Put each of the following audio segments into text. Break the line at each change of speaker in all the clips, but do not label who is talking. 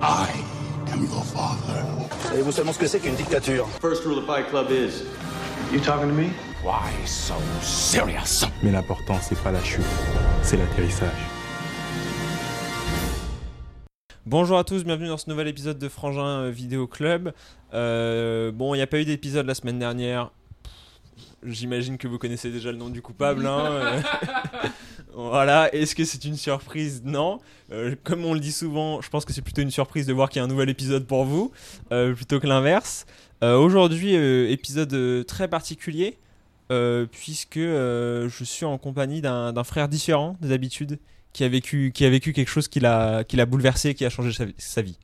I am your father.
Savez-vous seulement ce que c'est qu'une dictature
First rule of Fight Club is You talking to me
Why so serious?
Mais l'important, c'est pas la chute, c'est l'atterrissage.
Bonjour à tous, bienvenue dans ce nouvel épisode de Frangin euh, Vidéo Club. Euh, bon, il n'y a pas eu d'épisode la semaine dernière. Pff, J'imagine que vous connaissez déjà le nom du coupable. hein, euh. voilà, est-ce que c'est une surprise Non. Euh, comme on le dit souvent, je pense que c'est plutôt une surprise de voir qu'il y a un nouvel épisode pour vous, euh, plutôt que l'inverse. Euh, Aujourd'hui, euh, épisode euh, très particulier, euh, puisque euh, je suis en compagnie d'un d'un frère différent des habitudes qui a vécu, qui a vécu quelque chose qui l'a qui l'a bouleversé, qui a changé sa, sa vie.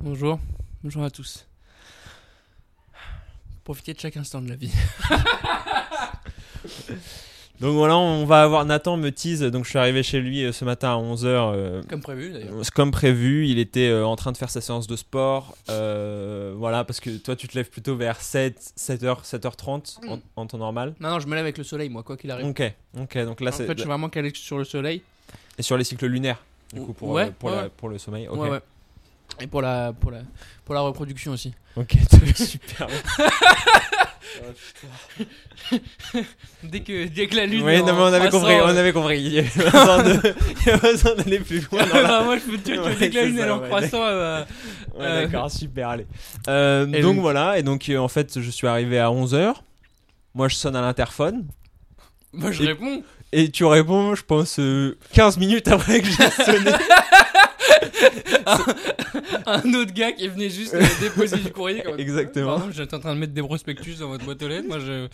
Bonjour, bonjour à tous. Profitez de chaque instant de la vie.
Donc voilà, on va avoir Nathan me tease. Donc je suis arrivé chez lui euh, ce matin à 11h.
Comme prévu d'ailleurs.
comme prévu, il était euh, en train de faire sa séance de sport. euh, voilà, parce que toi, tu te lèves plutôt vers 7, 7h, 7h30 en, en temps normal.
Non, non, je me lève avec le soleil, moi, quoi qu'il arrive.
Ok, ok. Donc
en
là, Ah, c'est
fait, je suis vraiment calé sur le soleil.
et sur les cycles lunaires, du coup, pour,
Ouais,
euh, pour,
ouais,
la-
ouais.
pour le sommeil. Ok,
Ouais, ouais. Et pour la, pour, la, pour la reproduction aussi.
ok, t'as- super.
Dès que, dès que la lune.
oui, non, mais on avait compris, on avait compris. Il y a besoin de- il y a besoin d'aller plus loin. dans la-
moi, je peux te dire que
Ouais,
dès que la
c'est
lune
ça,
elle est en
ouais.
croissant, elle va-
Ouais,
Euh,
d'accord, super, allez. Euh,
et
donc
donc-
voilà, et donc euh, en fait, je suis arrivé à 11h. Moi, je sonne à l'interphone.
Moi, je
Et-
réponds.
Et tu réponds, je pense, euh, 15 minutes après que j'ai sonné.
Un autre gars qui venait juste euh, déposer du courrier. comme-
Exactement.
Pardon, J'étais en train de mettre des prospectus dans votre boîte aux lettres. Moi, je.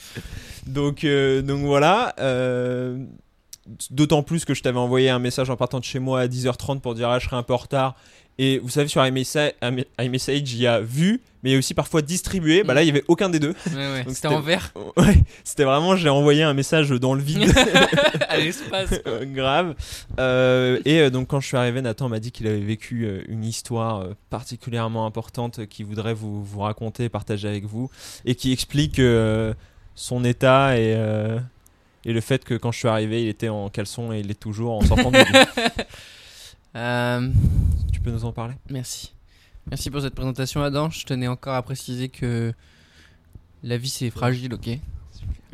donc, euh, donc voilà. euh, D'autant plus que je t'avais envoyé un message en partant de chez moi à 10h30 pour dire ah, je serai un peu en retard. Et vous savez, sur iMessa- iMe- iMessage, il y a vu, mais il y a aussi parfois distribué. Bah là, il y avait aucun des deux.
Ouais, ouais.
Donc,
C'était en
c'était-
vert,
Ouais, c'était vraiment, j'ai envoyé un message dans le vide.
à l'espace.
Euh, grave. Euh, et euh, donc quand je suis arrivé, Nathan m'a dit qu'il avait vécu euh, une histoire euh, particulièrement importante euh, qu'il voudrait vous, vous raconter, partager avec vous, et qui explique euh, son état et, euh, et le fait que quand je suis arrivé, il était en caleçon et il est toujours en sortant du lit.
Euh,
Tu peux nous en parler
Merci. Merci pour cette présentation, Adam. Je tenais encore à préciser que la vie, c'est fragile, ok Il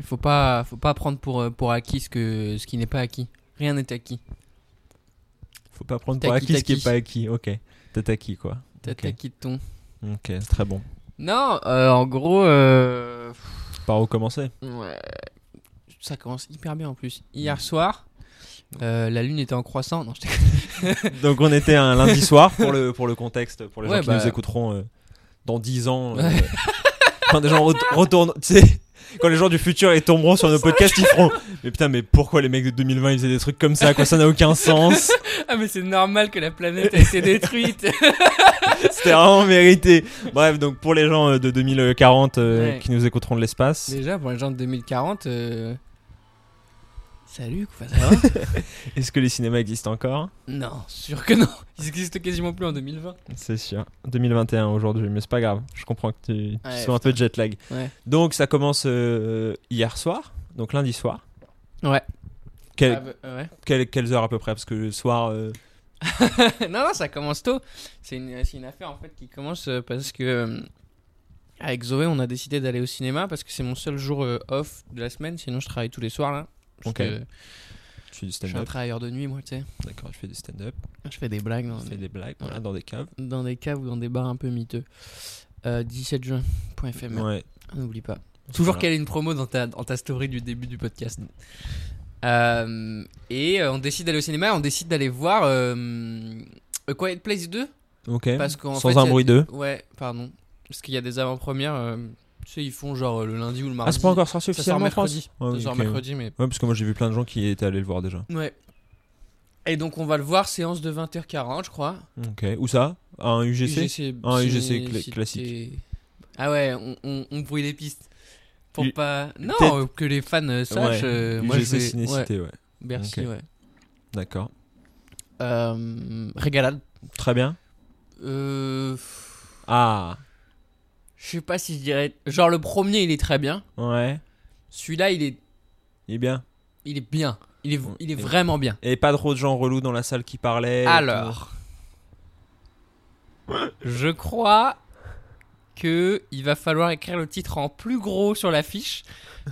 faut pas, faut pas prendre pour, euh, pour acquis ce, que, ce qui n'est pas acquis. Rien n'est acquis.
Faut pas prendre pour
Taki,
acquis ce
taki.
qui est pas acquis. Ok. T'as acquis quoi
T'as
Ok.
acquis de ton.
Ok, très bon.
Non, euh, en gros, euh,
Par où commencer
Ouais. Ça commence hyper bien en plus. Hier soir, euh, la lune était en croissant. Non, je déconne.
Donc on était un lundi soir pour le, pour le contexte, pour les gens
Ouais,
qui
bah.
nous écouteront euh, dans 10 ans. euh,
Ouais.
quand des gens re- retournent, tu sais, quand les gens du futur ils tomberont sur nos podcasts, ils feront Mais putain, mais pourquoi les mecs de 2020 ils faisaient des trucs comme ça quoi, Ça n'a aucun sens.
Ah, mais c'est normal que la planète ait été détruite.
C'était vraiment mérité. Bref, donc pour les gens euh, de 2040 euh,
Ouais.
qui nous écouteront de l'espace,
Déjà, pour les gens de 2040, euh, salut, quoi, ça va
est-ce que les cinémas existent encore
Non, sûr que non. Ils existent quasiment plus en 2020.
C'est sûr. 2021 aujourd'hui, mais c'est pas grave. Je comprends que tu, tu
Ouais,
sois un peu de jet lag.
Ouais.
Donc ça commence euh, hier soir, donc lundi soir.
Ouais.
Quel-
Ah, bah, ouais.
Quelle- quelles heures à peu près Parce que le soir, euh,
non, non, ça commence tôt. C'est une, c'est une affaire en fait qui commence euh, parce que euh, avec Zoé, on a décidé d'aller au cinéma parce que c'est mon seul jour euh, off de la semaine. Sinon, je travaille tous les soirs là. Parce
Ok.
que
je fais du
Je suis un
stand-up.
travailleur de nuit, moi, tu sais.
D'accord, je fais du stand-up.
Je fais des blagues dans,
Je fais des blagues voilà,
Ouais.
dans des caves.
dans des caves ou dans des bars un peu miteux. Euh, 17 juin.fm,
Ouais.
n'oublie pas. Toujours
Voilà.
qu'elle ait une promo dans ta, dans ta story du début du podcast. Euh, et euh, on décide d'aller au cinéma, et on décide d'aller voir euh, A Quiet Place 2.
Ok.
Parce qu'en
Sans
fait,
un
y a-
bruit d'eux.
Ouais, pardon. Parce qu'il y a des avant-premières, euh, tu sais, ils font genre euh, le lundi ou le mardi.
Ah, c'est pas encore sorti
Ça sort
officiellement en France
mercredi.
Ouais,
ça sort
ok.
mercredi, mais.
Ouais, parce que moi j'ai vu plein de gens qui étaient allés le voir déjà.
Ouais. Et donc on va le voir, séance de 20h40, je crois.
Ok. Où ça À un UGC Ah,
c'est-
UGC cla-
c'était-
classique.
Ah ouais, on, on, on brouille les pistes. Pour
U-
pas. Non,
Peut-être-
euh, que les fans euh, sachent.
Ouais.
euh, moi, je
UGC
vais- ouais,
Cinécité, ouais.
Bercy,
Ok.
ouais.
D'accord.
Euh, régalade.
Très bien.
Euh, pff,
Ah.
je sais pas si je dirais. Genre le premier, il est très bien.
Ouais.
Celui-là, il est,
Il est bien.
il est bien. Il est,
Ouais.
il est vraiment bien.
Et pas trop de gens relous dans la salle qui parlaient. et
Alors, Je crois que il va falloir écrire le titre en plus gros sur l'affiche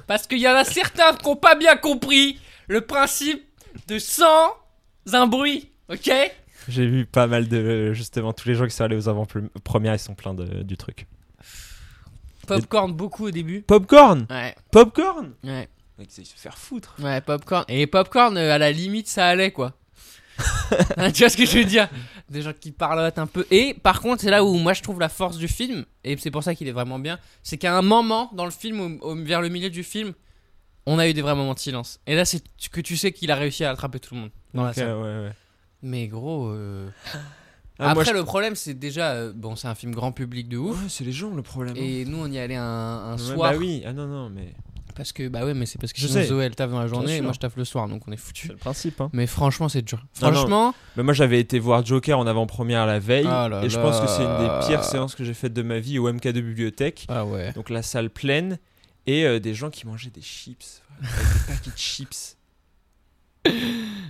parce qu'il y en a certains qui n'ont pas bien compris le principe de sans un bruit, ok
J'ai vu pas mal de. Justement, tous les gens qui sont allés aux avant-premières, ils sont pleins de- du truc.
Popcorn beaucoup au début.
Popcorn
Ouais,
Popcorn
ouais,
Mec, c'est se faire foutre.
ouais, popcorn. Et popcorn, euh, à la limite, ça allait quoi. Hein, tu vois ce que je veux dire Des gens qui parlotent un peu. Et par contre, c'est là où moi je trouve la force du film, et c'est pour ça qu'il est vraiment bien, c'est qu'à un moment dans le film, au- au- vers le milieu du film, on a eu des vrais moments de silence. Et là, c'est que tu sais qu'il a réussi à attraper tout le monde dans la
Ok, ouais,
salle.
ouais.
Mais gros. euh,
Ah, moi,
Après,
je-
le problème, c'est déjà. euh, Bon, c'est un film grand public de ouf.
Ouais, c'est les gens le problème. hein.
Et nous, on y allait un, un
Ah, Ouais,
soir.
Bah oui, ah non, non, mais.
Parce que, bah ouais, mais c'est parce que
Je
sinon,
sais.
Zoé, elle taffe dans la journée et
sûr.
moi, je taffe le soir, donc on est
C'est
foutu.
le principe, hein.
Mais franchement, c'est dur.
Non, non.
Franchement,
Bah, moi j'avais été voir Joker en avant-première la veille
Ah là
et je
là.
pense que c'est une des pires séances que j'ai faites de ma vie au MK de bibliothèque.
ah ouais.
Donc la salle pleine et euh, des gens qui mangeaient des chips, avec des paquets de chips.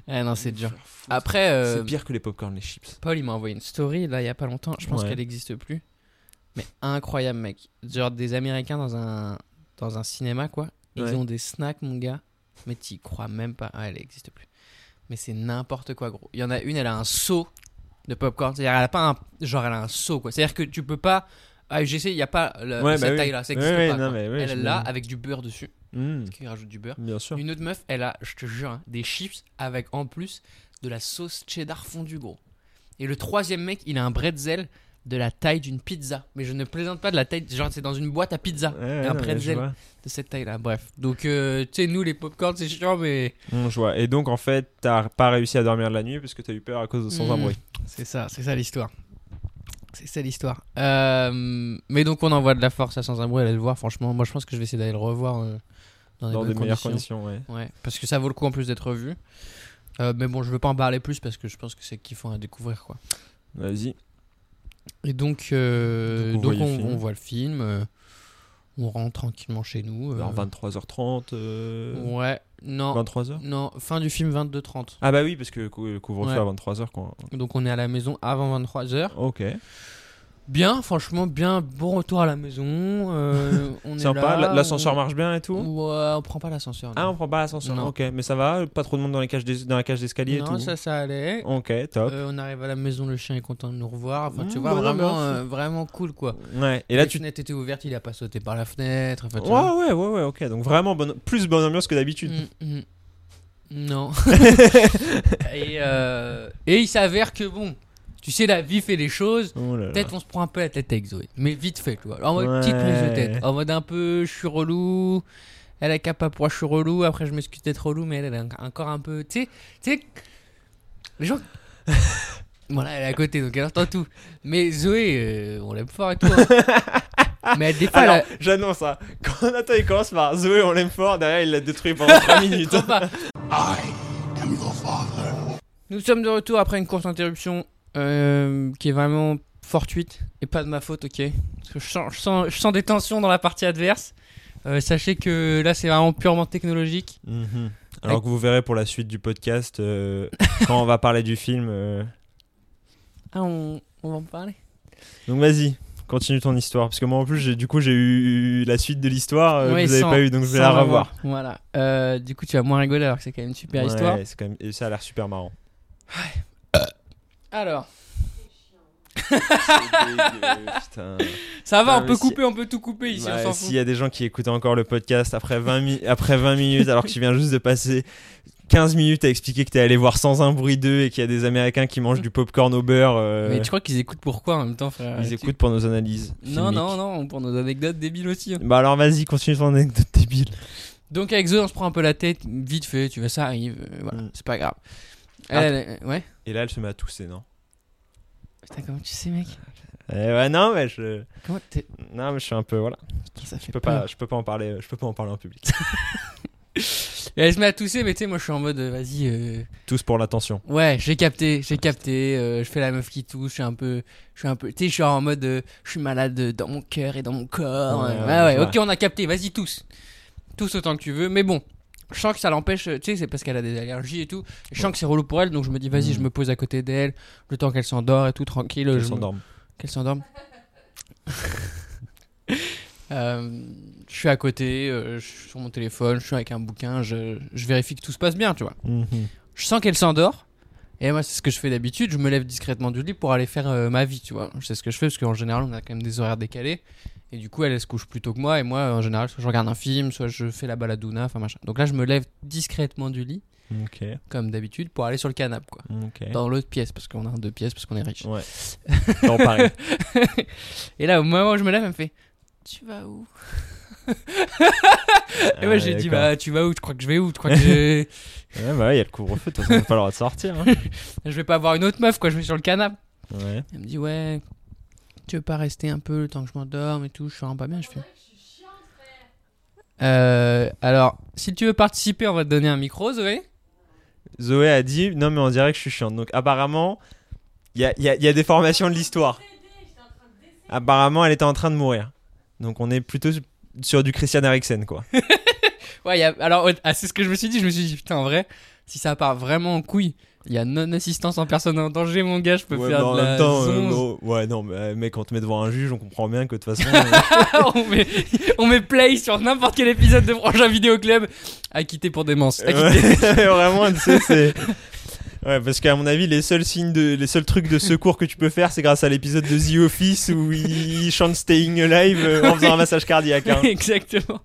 Ah non, c'est dur.
Faire foutre.
Après, euh,
C'est pire que les popcorn les chips.
Paul, il m'a envoyé une story là, il y a pas longtemps. Je pense
Ouais.
qu'elle n'existe plus. Mais incroyable, mec. Genre des Américains dans un, dans un cinéma, quoi. Ils
Ouais.
ont des snacks, mon gars. Mais t'y crois même pas. Ah, elle n'existe plus. Mais c'est n'importe quoi, gros. Il y en a une, elle a un seau de popcorn. C'est-à-dire, elle a pas un. Genre, elle a un seau, quoi. C'est-à-dire que tu peux pas. Ah, j'essaie, il n'y a pas le-
Ouais,
cette
bah oui.
taille-là. Ça existe
Ouais, ouais,
pas.
non,
quoi.
mais oui, je
elle l'a
me-
avec du beurre dessus.
Mm,
Qui rajoute du beurre.
bien sûr.
Une autre meuf, elle a, je te jure, hein, des chips avec en plus de la sauce cheddar fondue, gros. Et le troisième mec, il a un bretzel de la taille d'une pizza. Mais je ne plaisante pas de la taille, genre c'est dans une boîte à pizza.
Ouais, ouais,
un
non, mais je
bretzel
vois.
de cette taille-là, bref. Donc, euh, tu sais, nous les popcorn, c'est chiant, mais.
Mm, je vois. Et donc en fait, t'as pas réussi à dormir de la nuit parce que t'as eu peur à cause de sans un
Mm.
bruit.
C'est ça, c'est ça l'histoire. C'est ça l'histoire. Euh, mais donc, on envoie de la force à Sans un bruit, allez le voir, franchement. Moi, je pense que je vais essayer d'aller le revoir euh, dans des,
Dans
bonnes
des meilleures
conditions.
conditions, ouais.
Ouais, parce que ça vaut le coup en plus d'être vu. Euh, mais bon, je veux pas en parler plus parce que je pense que c'est kiffant à découvrir quoi.
Vas-y.
Et donc, euh,
Donc,
donc,
vous
on,
voyez le film.
on voit le film, euh, on rentre tranquillement chez nous. euh,
Vers 23h30. euh,
Ouais, non,
23h
non, fin du film 22h30.
Ah bah oui, parce que cou- couvre-feu
Ouais.
à 23h quoi.
Donc on est à la maison avant 23h.
Ok.
Bien, franchement, bien, bon retour à la maison. euh, on est
Sympa,
là,
l- l'ascenseur
on-
marche bien et tout
Ouais, on prend pas l'ascenseur.
Ah,
non.
on prend pas l'ascenseur.
Non.
Ok, mais ça va, pas trop de monde dans, les cages d'es- dans la cage d'escalier et
non,
tout.
ça, ça allait.
Ok, top.
Euh, on arrive à la maison, le chien est content de nous revoir. Enfin, tu
Mmh,
vois,
bah non, mais
vraiment,
on
euh, vraiment cool quoi.
ouais, et là
les
tu.
fenêtres étaient ouvertes, il a pas sauté par la fenêtre. enfin,
Ouais,
tu vois.
ouais, ouais, ouais, ok. Donc vraiment bonne- plus bonne ambiance que d'habitude.
Mm, mm. Non. et, euh, et il s'avère que bon, tu sais, la vie fait les choses.
Oh là là.
Peut-être on se prend un peu la tête avec Zoé, mais vite fait, tu vois. En mode
Ouais.
petite prise de tête, en mode un peu, je suis relou. Elle a capa pour je suis relou. Après, je m'excuse d'être relou, mais elle, elle est encore un peu. Tu sais, tu sais, les gens. voilà, elle est à côté, donc elle entend tout. Mais Zoé, euh, on l'aime fort et tout. hein. mais des fois, elle a-
Alors, j'annonce ça. Quand Nathan il commence par Zoé, on l'aime fort, derrière il l'a détruit pendant 3 minutes.
Trop pas.
I am your father.
Nous sommes de retour après une courte interruption euh, qui est vraiment fortuite et pas de ma faute, ok Parce que je sens, je sens- je sens des tensions dans la partie adverse. Euh, sachez que là, c'est vraiment purement technologique.
Mhm. Alors que vous verrez pour la suite du podcast, euh, quand on va parler du film. euh.
Ah, on, on va en parler
Donc vas-y. Continue ton histoire, parce que moi en plus, j'ai- du coup, j'ai eu la suite de l'histoire euh,
Ouais,
que vous avez
sans-
pas eu, donc je vais la
sans
revoir.
Voilà. Euh, du coup, tu vas moins rigoler alors que c'est quand même une super histoire.
Ouais, c'est quand même- et ça a l'air super marrant.
Alors,
Putain.
ça va,
Ah,
on
mais
peut
si-
couper, on peut tout couper ici,
Bah,
on s'en fout.
S'il y a des gens qui écoutent encore le podcast après 20, mi- après 20 minutes, alors que tu viens juste de passer 15 minutes à expliquer que t'es allé voir sans un bruit d'eux et qu'il y a des Américains qui mangent du popcorn au beurre, euh,
Mais tu crois qu'ils écoutent pourquoi en même temps, frère
ils
Tu-
écoutent pour nos analyses.
Non,
filmiques.
non, non, pour nos anecdotes débiles aussi. hein.
Bah alors vas-y, continue ton anecdote débile.
Donc avec Zoé, on se prend un peu la tête, vite fait, tu vois, ça arrive, euh, voilà,
Mm.
c'est pas grave.
Ah,
Elle, elle- ouais
Et là, elle se met à tousser, non
Putain, comment tu sais, mec
Eh ouais, non, mais je.
Euh, Comment t'es...
Non, mais je suis un peu. Voilà.
Putain, ça fait
Je peux
peur.
pas, je peux pas en parler, euh, je peux pas en parler en public.
Et elle se met à tousser, mais tu sais, moi, je suis en mode, euh, vas-y, euh,
Tous pour l'attention.
ouais, j'ai capté, j'ai capté, euh, je fais la meuf qui tousse, je suis un peu... Je suis un peu... Tu sais, je suis en mode, euh, je suis malade euh, dans mon cœur et dans mon corps.
Ouais,
euh,
ouais,
ouais, ouais,
ouais.
ok, on a capté, vas-y, tous. Tous autant que tu veux, mais bon... Je sens que ça l'empêche, euh, tu sais, c'est parce qu'elle a des allergies et tout. Je sens que c'est relou pour elle, donc je me dis, vas-y,
Mm.
Euh, je me pose à côté d'elle, le temps qu'elle s'endort et tout, tranquille.
Qu'elle
je me-
s'endorme.
qu'elle s'endorme. Euh, je suis à côté, euh, je suis sur mon téléphone, je suis avec un bouquin, je, je vérifie que tout se passe bien, tu vois.
Mhm,
Je sens qu'elle s'endort. Et moi, c'est ce que je fais d'habitude. Je me lève discrètement du lit pour aller faire euh, ma vie, tu vois. Je sais ce que je fais parce qu'en général, on a quand même des horaires décalés. Et du coup, elle, elle se couche plus tôt que moi. Et moi, en général, soit je regarde un film, soit je fais la baladouna, enfin machin. Donc là, je me lève discrètement du lit,
Ok,
comme d'habitude, pour aller sur le canapé, quoi.
ok.
Dans l'autre pièce, parce qu'on a un deux pièces, parce qu'on est riche.
Ouais. Dans Paris.
Et là, au moment où je me lève, elle me fait Tu vas où Et moi,
Ah,
j'ai dit
d'accord.
Bah, tu vas où Tu crois que je vais où Tu crois que je...
Ouais, bah ouais, il y a le couvre-feu, de toute façon, t'as pas le droit de sortir. hein.
je vais pas voir une autre meuf, quoi. Je vais sur le canapé.
Ouais.
Elle me dit ouais, tu veux pas rester un peu le temps que je m'endorme et tout, je suis vraiment pas bien, je fais. Euh, alors, si tu veux participer, on va te donner un micro, Zoé.
Zoé a dit Non, mais on dirait que je suis chiante. Donc, apparemment, il y a, il y a- il y a des formations de l'histoire. Apparemment, elle était en train de mourir. Donc, on est plutôt su- sur du Christian Eriksen, quoi.
Ouais, y a- alors ouais, ah, c'est ce que je me suis dit, je me suis dit putain, en vrai, si ça part vraiment en couille, il y a non-assistance en personne en danger, mon gars, je peux faire de la zonze.
euh, ouais, non, mais, euh, mec, quand on te met devant un juge, on comprend bien que de toute façon. euh,
on, met, on met play sur n'importe quel épisode de Frangin Vidéo Club. Acquitté pour démence.
euh,
Acquitté.
ouais, vraiment, tu sais, c'est. Ouais, parce qu'à mon avis, les seuls signes de, les seuls trucs de secours que tu peux faire, c'est grâce à l'épisode de The Office où ils chantent Staying Alive euh, en faisant un massage cardiaque. hein.
Exactement.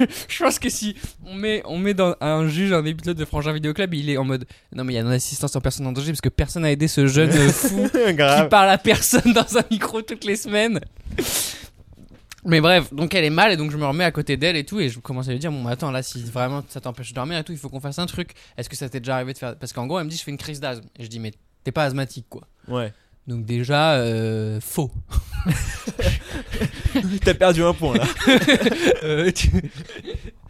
Je pense que si on met, on met dans un juge un épisode de Frangin Vidéo Club, il est en mode non mais il y a une assistance en personne en danger parce que personne n'a aidé ce jeune euh, fou qui
Grave.
parle à personne dans un micro toutes les semaines. Mais bref, donc elle est mal et donc je me remets à côté d'elle et tout et je commence à lui dire bon mais attends là si vraiment ça t'empêche de dormir et tout il faut qu'on fasse un truc. Est-ce que ça t'est déjà arrivé de faire parce qu'en gros elle me dit je fais une crise d'asthme et je dis mais t'es pas asthmatique quoi.
Ouais.
Donc déjà euh, faux.
T'as perdu un point là.
Euh, tu-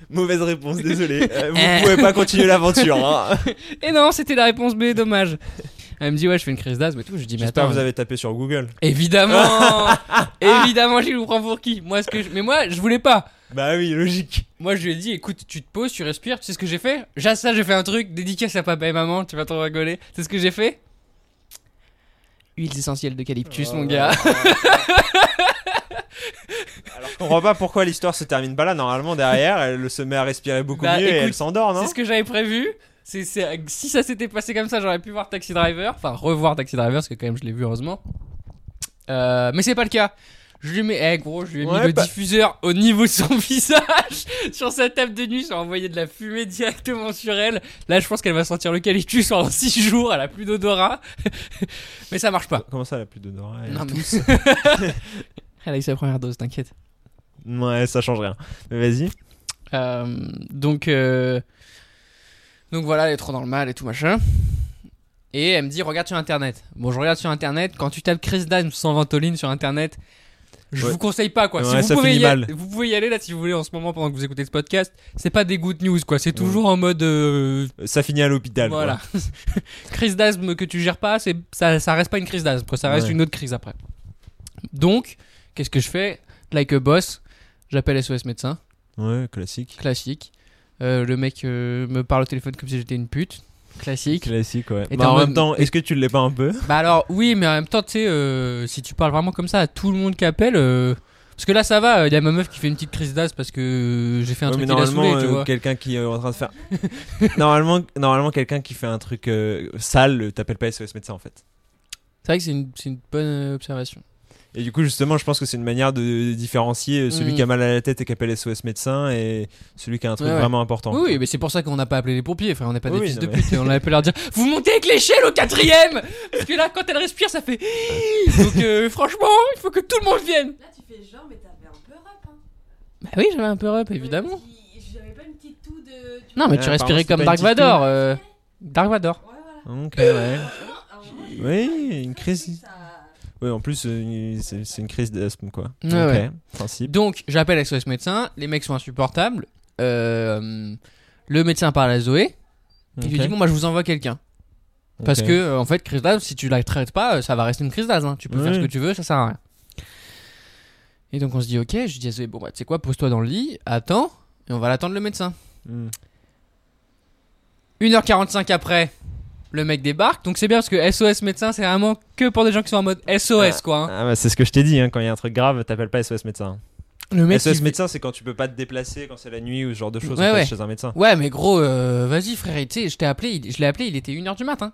Mauvaise réponse, désolé. Euh,
Euh.
Vous pouvez pas continuer l'aventure. Hein.
Et non, c'était la réponse B, dommage. Elle me dit, ouais, je fais une crise d'asthme et tout. Je dis, mais
J'espère
attends.
que vous avez tapé sur Google.
Évidemment Évidemment, je vous prends pour qui Moi, ce que je- Mais moi, je voulais pas.
Bah oui, logique.
Moi, je lui ai dit, écoute, tu te poses, tu respires. Tu sais ce que j'ai fait J'ai ça, j'ai fait un truc, dédicace à papa et maman, tu vas trop rigoler. C'est ce que j'ai fait Huiles essentielles d'eucalyptus,
Oh
mon gars.
Je comprends pas pourquoi l'histoire se termine pas là. Normalement, derrière, elle se met à respirer beaucoup
Bah,
mieux et
écoute,
elle s'endort, non
C'est ce que j'avais prévu. C'est- c'est- si ça s'était passé comme ça, j'aurais pu voir Taxi Driver. Enfin, revoir Taxi Driver, parce que quand même, je l'ai vu, heureusement. Euh, mais c'est pas le cas. Je lui mets, eh, gros, je lui ai mis
Ouais,
le
bah-
diffuseur au niveau de son visage sur sa table de nuit. J'ai envoyé de la fumée directement sur elle. Là, je pense qu'elle va sentir le calicus pendant 6 jours. Elle a plus d'odorat. mais ça marche pas.
Comment ça, elle a plus d'odorat elle
Non, mais- elle a eu sa première dose, t'inquiète.
Ouais, ça change rien. Mais vas-y.
Euh, donc, euh, donc voilà, elle est trop dans le mal et tout machin. Et elle me dit, regarde sur internet. Bon, je regarde sur internet. Quand tu tapes Chris Dan sans ventoline sur internet, je
Ouais.
vous conseille pas quoi. si
Ouais,
vous,
ça
pouvez
finit
y a-
mal.
vous pouvez y aller là si vous voulez en ce moment pendant que vous écoutez ce podcast. C'est pas des good news quoi. C'est toujours en mode. euh,
Ça finit à l'hôpital.
voilà.
quoi.
crise d'asthme que tu gères pas, c'est ça, ça reste pas une crise d'asthme, quoi. ça reste
Ouais.
une autre crise après. Donc, qu'est-ce que je fais Like a boss, j'appelle SOS médecin
Ouais, classique.
classique. Euh, le mec euh, me parle au téléphone comme si j'étais une pute, classique.
Classique, ouais.
Et
Bah,
t'es en
en
mode-
même temps, est-ce que tu l'es pas un peu
Bah alors oui, mais en même temps, tu sais, euh, si tu parles vraiment comme ça à tout le monde qui appelle, euh, parce que là ça va, euh, il y a ma meuf qui fait une petite crise d'as parce que euh, j'ai fait un
Ouais,
truc
mais
qui l'a
normalement,
saoulée, tu
euh,
vois.
quelqu'un qui est en train de faire. normalement, normalement quelqu'un qui fait un truc euh, sale, euh, t'appelles pas SOS médecin en fait.
C'est vrai que c'est une, c'est une bonne euh, observation.
Et du coup, justement, je pense que c'est une manière de, de différencier euh, celui
Mm.
qui a mal à la tête et qui appelle SOS médecin et celui qui a un truc
Ouais, ouais.
vraiment important.
Oui, oui, mais c'est pour ça qu'on n'a pas appelé les pompiers, enfin on n'est pas des
Oui,
fils de
non,
pute, et on a pu leur dire « Vous montez avec l'échelle au quatrième !» Parce que là, quand elle respire, ça fait « Donc euh, franchement, il faut que tout le monde vienne
Là, tu fais genre, mais t'avais un peu rap, hein. !»
Bah oui, j'avais un peu up, évidemment.
Petit- J'avais pas une petite toux de. tu
Non, mais
Ouais,
tu respirais
Euh, apparemment, c'était
comme
pas
Dark
une petite
Vador.
toux.
euh, Dark Vador.
vois. Ouais, voilà.
Ok, ouais.
À un moment, j'ai-
Oui, une crise.
ça-
Oui, en plus, euh, c'est c'est une crise d'asthme, quoi.
Ouais,
ok,
ouais.
principe.
Donc, j'appelle SOS médecin, les mecs sont insupportables. euh, le médecin parle à Zoé, il lui dit Bon, moi je vous envoie quelqu'un. Parce que, euh, en fait, crise d'asthme, si tu la traites pas, euh, ça va rester une crise d'asthme. hein. Tu peux faire
Ouais.
ce que tu veux, ça sert à rien. Et donc, on se dit Ok, je dis à Zoé Bon, bah, tu sais quoi, pose-toi dans le lit, attends, et
Hmm.
on va l'attendre le médecin. 1h45 après, Le mec débarque, donc c'est bien parce que SOS médecin, c'est vraiment que pour des gens qui sont en mode SOS quoi. hein.
Ah bah, c'est ce que je t'ai dit, hein, quand il y a un truc grave, t'appelles pas SOS médecin.
Le mec.
SOS
il-
médecin, c'est quand tu peux pas te déplacer, quand c'est la nuit ou ce genre de choses,
Ouais,
on passe
ouais.
chez un médecin.
Ouais, mais gros, euh, vas-y frère, tu sais, je t'ai appelé, il- je l'ai appelé, il était 1h du matin.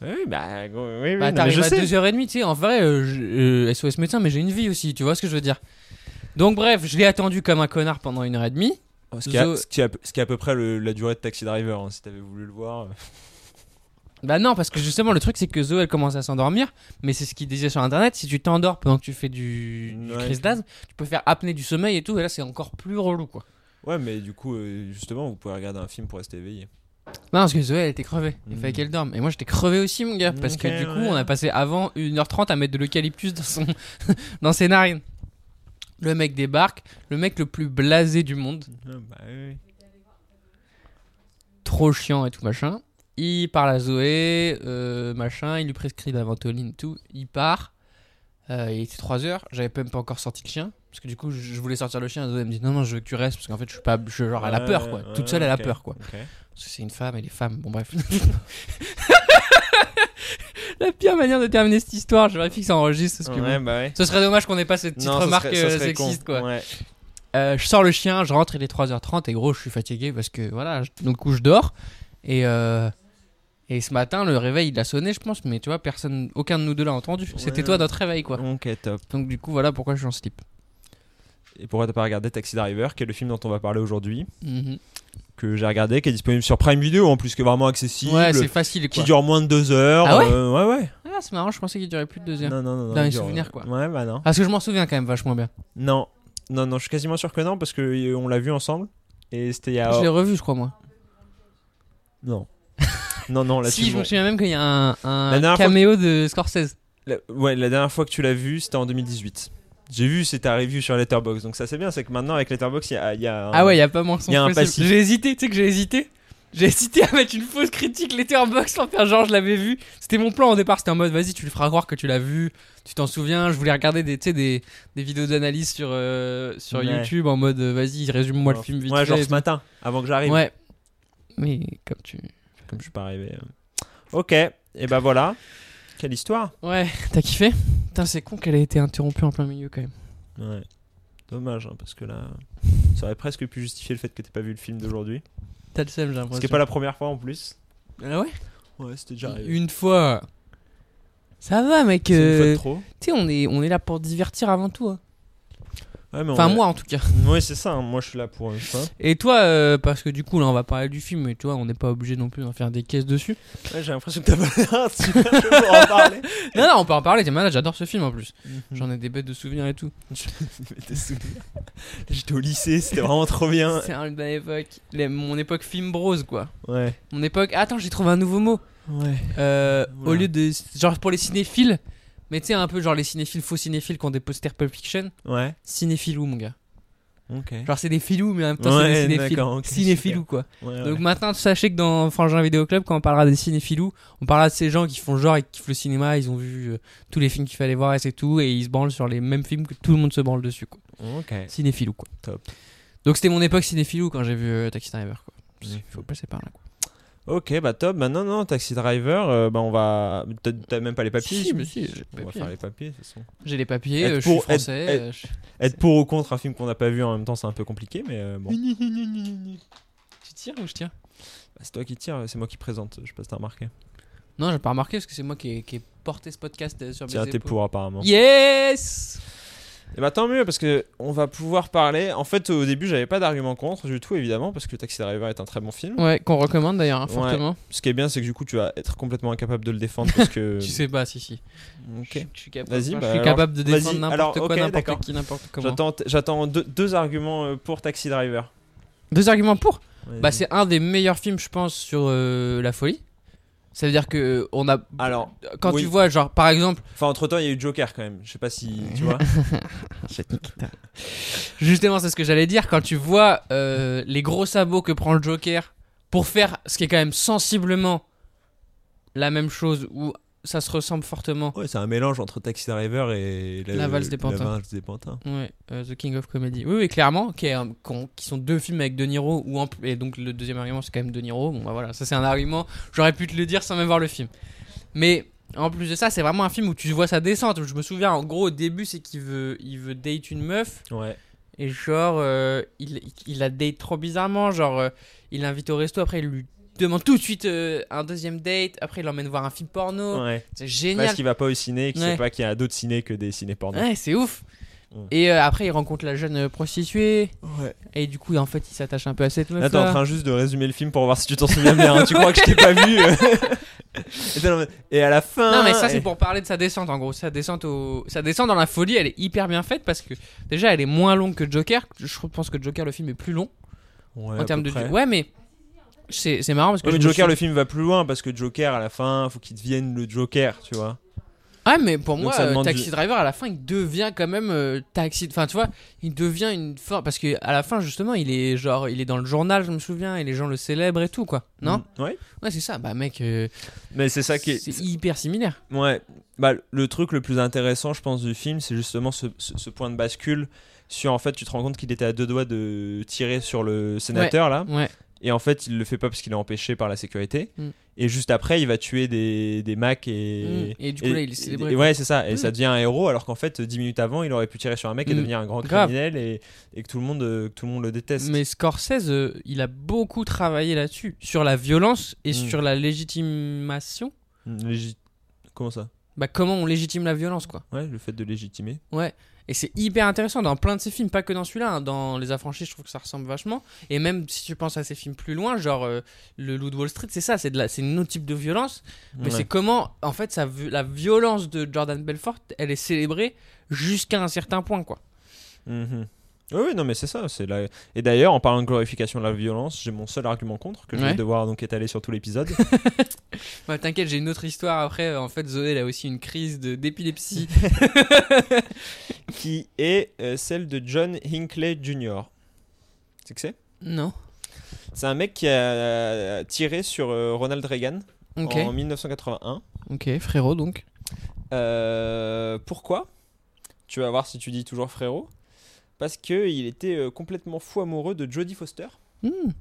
Oui, bah, gros, oui, oui,
Bah,
non, mais
t'arrives
je
à
sais.
2h30, tu sais, en vrai, euh, je- euh, SOS médecin, mais j'ai une vie aussi, tu vois ce que je veux dire. Donc bref, je l'ai attendu comme un connard pendant 1h30.
Ce qui, a-
Zo-
ce qui a- ce qui est à peu près le- la durée de Taxi Driver, hein, si t'avais voulu le voir.
Bah non, parce que justement, le truc, c'est que Zoé, elle commence à s'endormir, mais c'est ce qu'il disait sur Internet, si tu t'endors pendant que tu fais du, du
Ouais.
crise d'asthme, tu peux faire apnée du sommeil et tout, et là, c'est encore plus relou, quoi.
Ouais, mais du coup, euh, justement, vous pouvez regarder un film pour rester éveillé.
Non, parce que Zoé, elle était crevée, il
Mm.
fallait qu'elle dorme. Et moi, j'étais crevé aussi, mon gars, parce
Ok,
que du coup,
ouais.
on a passé avant 1h30 à mettre de l'eucalyptus dans, son... dans ses narines. Le mec débarque, le mec le plus blasé du monde. trop chiant et tout machin. Il parle à Zoé, euh, machin, il lui prescrit de la ventoline et tout. Il part. Euh, il était 3 heures, j'avais même pas encore sorti le chien. Parce que du coup, je je voulais sortir le chien. Zoé elle me dit non, non, je veux que tu restes. Parce qu'en fait, je suis pas. je- genre, elle a peur quoi. Toute seule, elle a peur quoi. Parce que c'est une femme et les femmes, bon bref. la pire manière de terminer cette histoire, je vérifie que ça enregistre. parce que
Ouais,
bon.
bah ouais.
Ce serait dommage qu'on ait pas cette petite
Non, ça
remarque
serait- ça
euh,
serait con.
sexiste quoi.
Ouais.
Euh, je sors le chien, je rentre, il est 3h30 et gros, je suis fatigué parce que voilà, je- donc du coup, je dors. Et, euh, et ce matin, le réveil il a sonné, je pense, mais tu vois, personne, aucun de nous deux l'a entendu. C'était
Ouais.
toi notre réveil quoi.
Ok, top.
Donc du coup, voilà pourquoi je suis en slip.
Et pourquoi t'as pas regardé Taxi Driver, qui est le film dont on va parler aujourd'hui,
Mhm.
que j'ai regardé, qui est disponible sur Prime Video en plus, qui est vraiment accessible,
Ouais, c'est facile
qui
quoi.
dure moins de deux heures.
Ah ouais
euh, ouais, ouais.
Ah, c'est marrant, je pensais qu'il durait plus de 2 heures.
Non, non, non. non,
Dans
il
les
dure,
souvenirs,
euh,
quoi.
Ouais, bah non.
Parce que je m'en souviens quand même vachement bien.
Non, non, non, je suis quasiment sûr que non, parce que euh, on l'a vu ensemble. Et c'était il y a.
Je l'ai revu, je crois, moi.
Non. non, non, là
si, je me souviens même qu'il y a un, un
La dernière fois- Ah
caméo de Scorsese.
La- ouais, la dernière fois que tu l'as vu, c'était en 2018. J'ai vu, c'est ta review sur Letterboxd. Donc ça, c'est bien, c'est que maintenant, avec Letterboxd, il y a, il y a un-
Ah ouais, il y a pas mensonge
y a un
possible.
passif.
J'ai hésité, tu sais que j'ai hésité. J'ai hésité à mettre une fausse critique Letterboxd sans faire genre je l'avais vu. C'était mon plan au départ, c'était en mode vas-y, tu le feras croire que tu l'as vu, tu t'en souviens. Je voulais regarder des, tu sais, des, des vidéos d'analyse sur, euh, sur
Ouais.
YouTube en mode euh, vas-y, résume-moi le film vite.
Ouais,
fait.
genre ce matin, avant que j'arrive.
Ouais. Mais comme tu.
Comme je suis pas arrivé. euh. Ok, et bah voilà. Quelle histoire.
Ouais, t'as kiffé Putain, c'est con qu'elle ait été interrompue en plein milieu quand même.
Ouais. Dommage, hein, parce que là, ça aurait presque pu justifier le fait que t'aies pas vu le film d'aujourd'hui.
T'as le seum, j'ai
Ce qui
l'impression.
est pas la première fois en plus.
Ah ouais
Ouais, c'était déjà arrivé.
Une fois. Ça va, mec.
C'est une fois de
euh,
trop.
Tu sais, on est, on est là pour divertir avant tout. hein.
Ouais, mais on
Enfin,
a-
moi en tout cas.
Ouais, c'est ça, hein, moi je suis là pour ça.
Et toi, euh, parce que du coup, là, on va parler du film, mais tu vois, on n'est pas obligé non plus d'en faire des caisses dessus.
Ouais, j'ai l'impression que t'as pas Ah, l'air super chaud pour en parler.
Non, non, on peut en parler. T'es malade, j'adore ce film en plus.
Mm.
J'en ai des bêtes de souvenirs et tout.
Je m'étais souvenu. J'étais au lycée, c'était vraiment trop bien.
C'est un- une bonne époque. Les- mon époque film brose, quoi.
Ouais.
Mon époque. Attends, j'ai trouvé un nouveau mot.
Ouais.
Euh, Au
Oula.
lieu de. Genre pour les cinéphiles, mais tu sais, un peu genre les cinéphiles, faux cinéphiles qui ont des posters Pulp Fiction.
Ouais.
Cinéphilou, mon gars.
Ok.
Genre c'est des filous, mais en même temps,
Ouais,
c'est des cinéphiles.
d'accord, ok,
Cinéphilou, quoi.
Ouais,
Donc
ouais.
maintenant, sachez que dans Frangin Vidéo Club, quand on parlera des cinéphilous, on parlera de ces gens qui font genre et qui kiffent le cinéma, ils ont vu euh, tous les films qu'il fallait voir et c'est tout, et ils se branlent sur les mêmes films que tout le monde se branle dessus, quoi.
Ok.
Cinéphilou, quoi.
Top.
Donc c'était mon époque cinéphilou quand j'ai vu euh, Taxi Driver, quoi. Il
Mhm.
faut passer par là, quoi.
Ok, bah top. Bah non, non, Taxi Driver, euh, bah on va. T'as- T'as même pas les papiers
Si, mais si,
j'imagine.
j'ai les
On va
papiers.
faire les papiers, de toute façon.
J'ai les papiers,
Être
euh, je suis
pour-
français.
être-
euh, je-
Être pour ou contre un film qu'on n'a pas vu en même temps, c'est un peu compliqué, mais euh, bon. Bah,
Tu tires ou je tire
c'est toi qui tire, c'est moi qui présente, je sais pas si t'as remarqué.
Non, j'ai pas remarqué parce que c'est moi qui ai, qui ai porté ce podcast euh, sur mes
Tiens, t'es
épaules.
pour apparemment.
Yes
Et bah tant mieux parce que on va pouvoir parler. En fait, au début, j'avais pas d'argument contre du tout, évidemment, parce que Taxi Driver est un très bon film.
Ouais, qu'on recommande d'ailleurs, hein,
Ouais.
fortement.
Ce qui est bien, c'est que du coup, tu vas être complètement incapable de le défendre parce que.
Tu sais pas, si, si.
Ok.
Je suis capable, je
Vas-y, bah
suis
alors-
capable de
vas-y,
défendre
alors,
n'importe quoi,
ok, d'accord.
n'importe qui, n'importe comment.
J'attends, j'attends deux, deux arguments euh, pour Taxi Driver.
Deux arguments pour
Vas-y.
Bah, c'est un des meilleurs films, je pense, sur euh, la folie. Ça veut dire que euh, on a.
Alors,
Quand
oui.
tu vois, genre, par exemple,
enfin entre temps, il y a eu Joker quand même. Je sais pas si tu vois.
justement, c'est ce que j'allais dire, quand tu vois euh, les gros sabots que prend le Joker pour faire ce qui est quand même sensiblement la même chose ou ça se ressemble fortement.
Ouais, c'est un mélange entre Taxi Driver et
La valse des pantins.
La valse des pantins.
Ouais, euh, The King of Comedy. Oui, oui clairement, qui, est un- qu'on- qui sont deux films avec De Niro, ou en pl- et donc le deuxième argument, c'est quand même De Niro. Bon, bah voilà, ça c'est un argument, j'aurais pu te le dire sans même voir le film. Mais en plus de ça, c'est vraiment un film où tu vois sa descente. Je me souviens, en gros, au début, c'est qu'il veut, il veut date une meuf,
Ouais.
et genre, euh, il, il la date trop bizarrement. Genre, euh, il l'invite au resto, après, il lui demande tout de suite euh, un deuxième date, après, il l'emmène voir un film porno.
ouais.
C'est Oh, génial.
Parce qu'il va pas au ciné, et qu'il
Ouais.
sait pas qu'il y a d'autres ciné que des ciné porno.
Ouais, c'est ouf.
Mm.
Et euh, après, il rencontre la jeune euh, prostituée.
Ouais.
Et du coup, en fait, il s'attache un peu à cette meuf.
Là, t'es en train juste de résumer le film pour voir si tu t'en souviens bien. hein. Tu crois que je t'ai pas vu euh. Et t'es en mode- Et à la fin.
Non, mais ça, c'est
Ah, et-
pour parler de sa descente en gros. Sa descente, au... sa descente dans la folie, elle est hyper bien faite parce que déjà, elle est moins longue que Joker. Je pense que Joker, le film est plus long
Ouais,
en
à
termes
peu
de.
près.
Ouais, mais c'est c'est marrant parce que.
Ouais,
je
mais
me
Joker,
suis-
le film va plus loin parce que Joker, à la fin, faut qu'il devienne le Joker, tu vois.
Ah, mais pour
Donc
moi,
ça
euh,
demande
Taxi
du-
Driver, à la fin, il devient quand même euh, Taxi. Enfin, tu vois, il devient une forme. Parce que à la fin, justement, il est genre, il est dans le journal, je me souviens, et les gens le célèbrent et tout, quoi. Non
Mm. Ouais.
Ouais, c'est ça. Bah, mec. euh,
Mais c'est ça qui est.
C'est hyper similaire.
Ouais, bah, le truc le plus intéressant, je pense, du film, c'est justement ce, ce- ce point de bascule sur en fait, tu te rends compte qu'il était à deux doigts de tirer sur le sénateur là,
Ouais.
et en fait, il le fait pas parce qu'il est empêché par la sécurité,
Mm.
et juste après, il va tuer des, des Macs et.
Mm. Et du coup, là, il est célébré,
et- et
quoi.
ouais, c'est ça, et
Mm.
ça devient un héros alors qu'en fait, dix minutes avant, il aurait pu tirer sur un mec et
Mm.
devenir un grand
Grave.
criminel et, et que, tout le monde, euh, que tout le monde le déteste.
Mais Scorsese, euh, il a beaucoup travaillé là-dessus, sur la violence et
Mm.
sur la légitimation.
Légi- Comment ça
Bah, comment on légitime la violence, quoi.
Ouais, le fait de légitimer.
Ouais. Et c'est hyper intéressant dans plein de ses films, pas que dans celui-là. hein. Dans Les Affranchis, je trouve que ça ressemble vachement. Et même si tu penses à ses films plus loin, genre euh, Le Loup de Wall Street, c'est ça, c'est de la- c'est un autre type de violence. Mais
Ouais.
c'est comment, en fait, ça, veut- la violence de Jordan Belfort, elle est célébrée jusqu'à un certain point, quoi.
Mhm. Oui, oui, non, mais c'est ça. C'est la... Et d'ailleurs, en parlant de glorification de la violence, j'ai mon seul argument contre, que je
Ouais.
vais devoir donc étaler sur tout l'épisode.
Bah, T'inquiète, j'ai une autre histoire après. euh, En fait, Zoé, elle a aussi une crise de- d'épilepsie.
qui est euh, celle de John Hinckley Jr. C'est que c'est
non.
C'est un mec qui a tiré sur euh, Ronald Reagan
Ok.
en 1981.
Ok, frérot donc.
Euh, pourquoi Tu vas voir si tu dis toujours frérot. Parce qu'il était euh, complètement fou amoureux de Jodie Foster,
Hmm,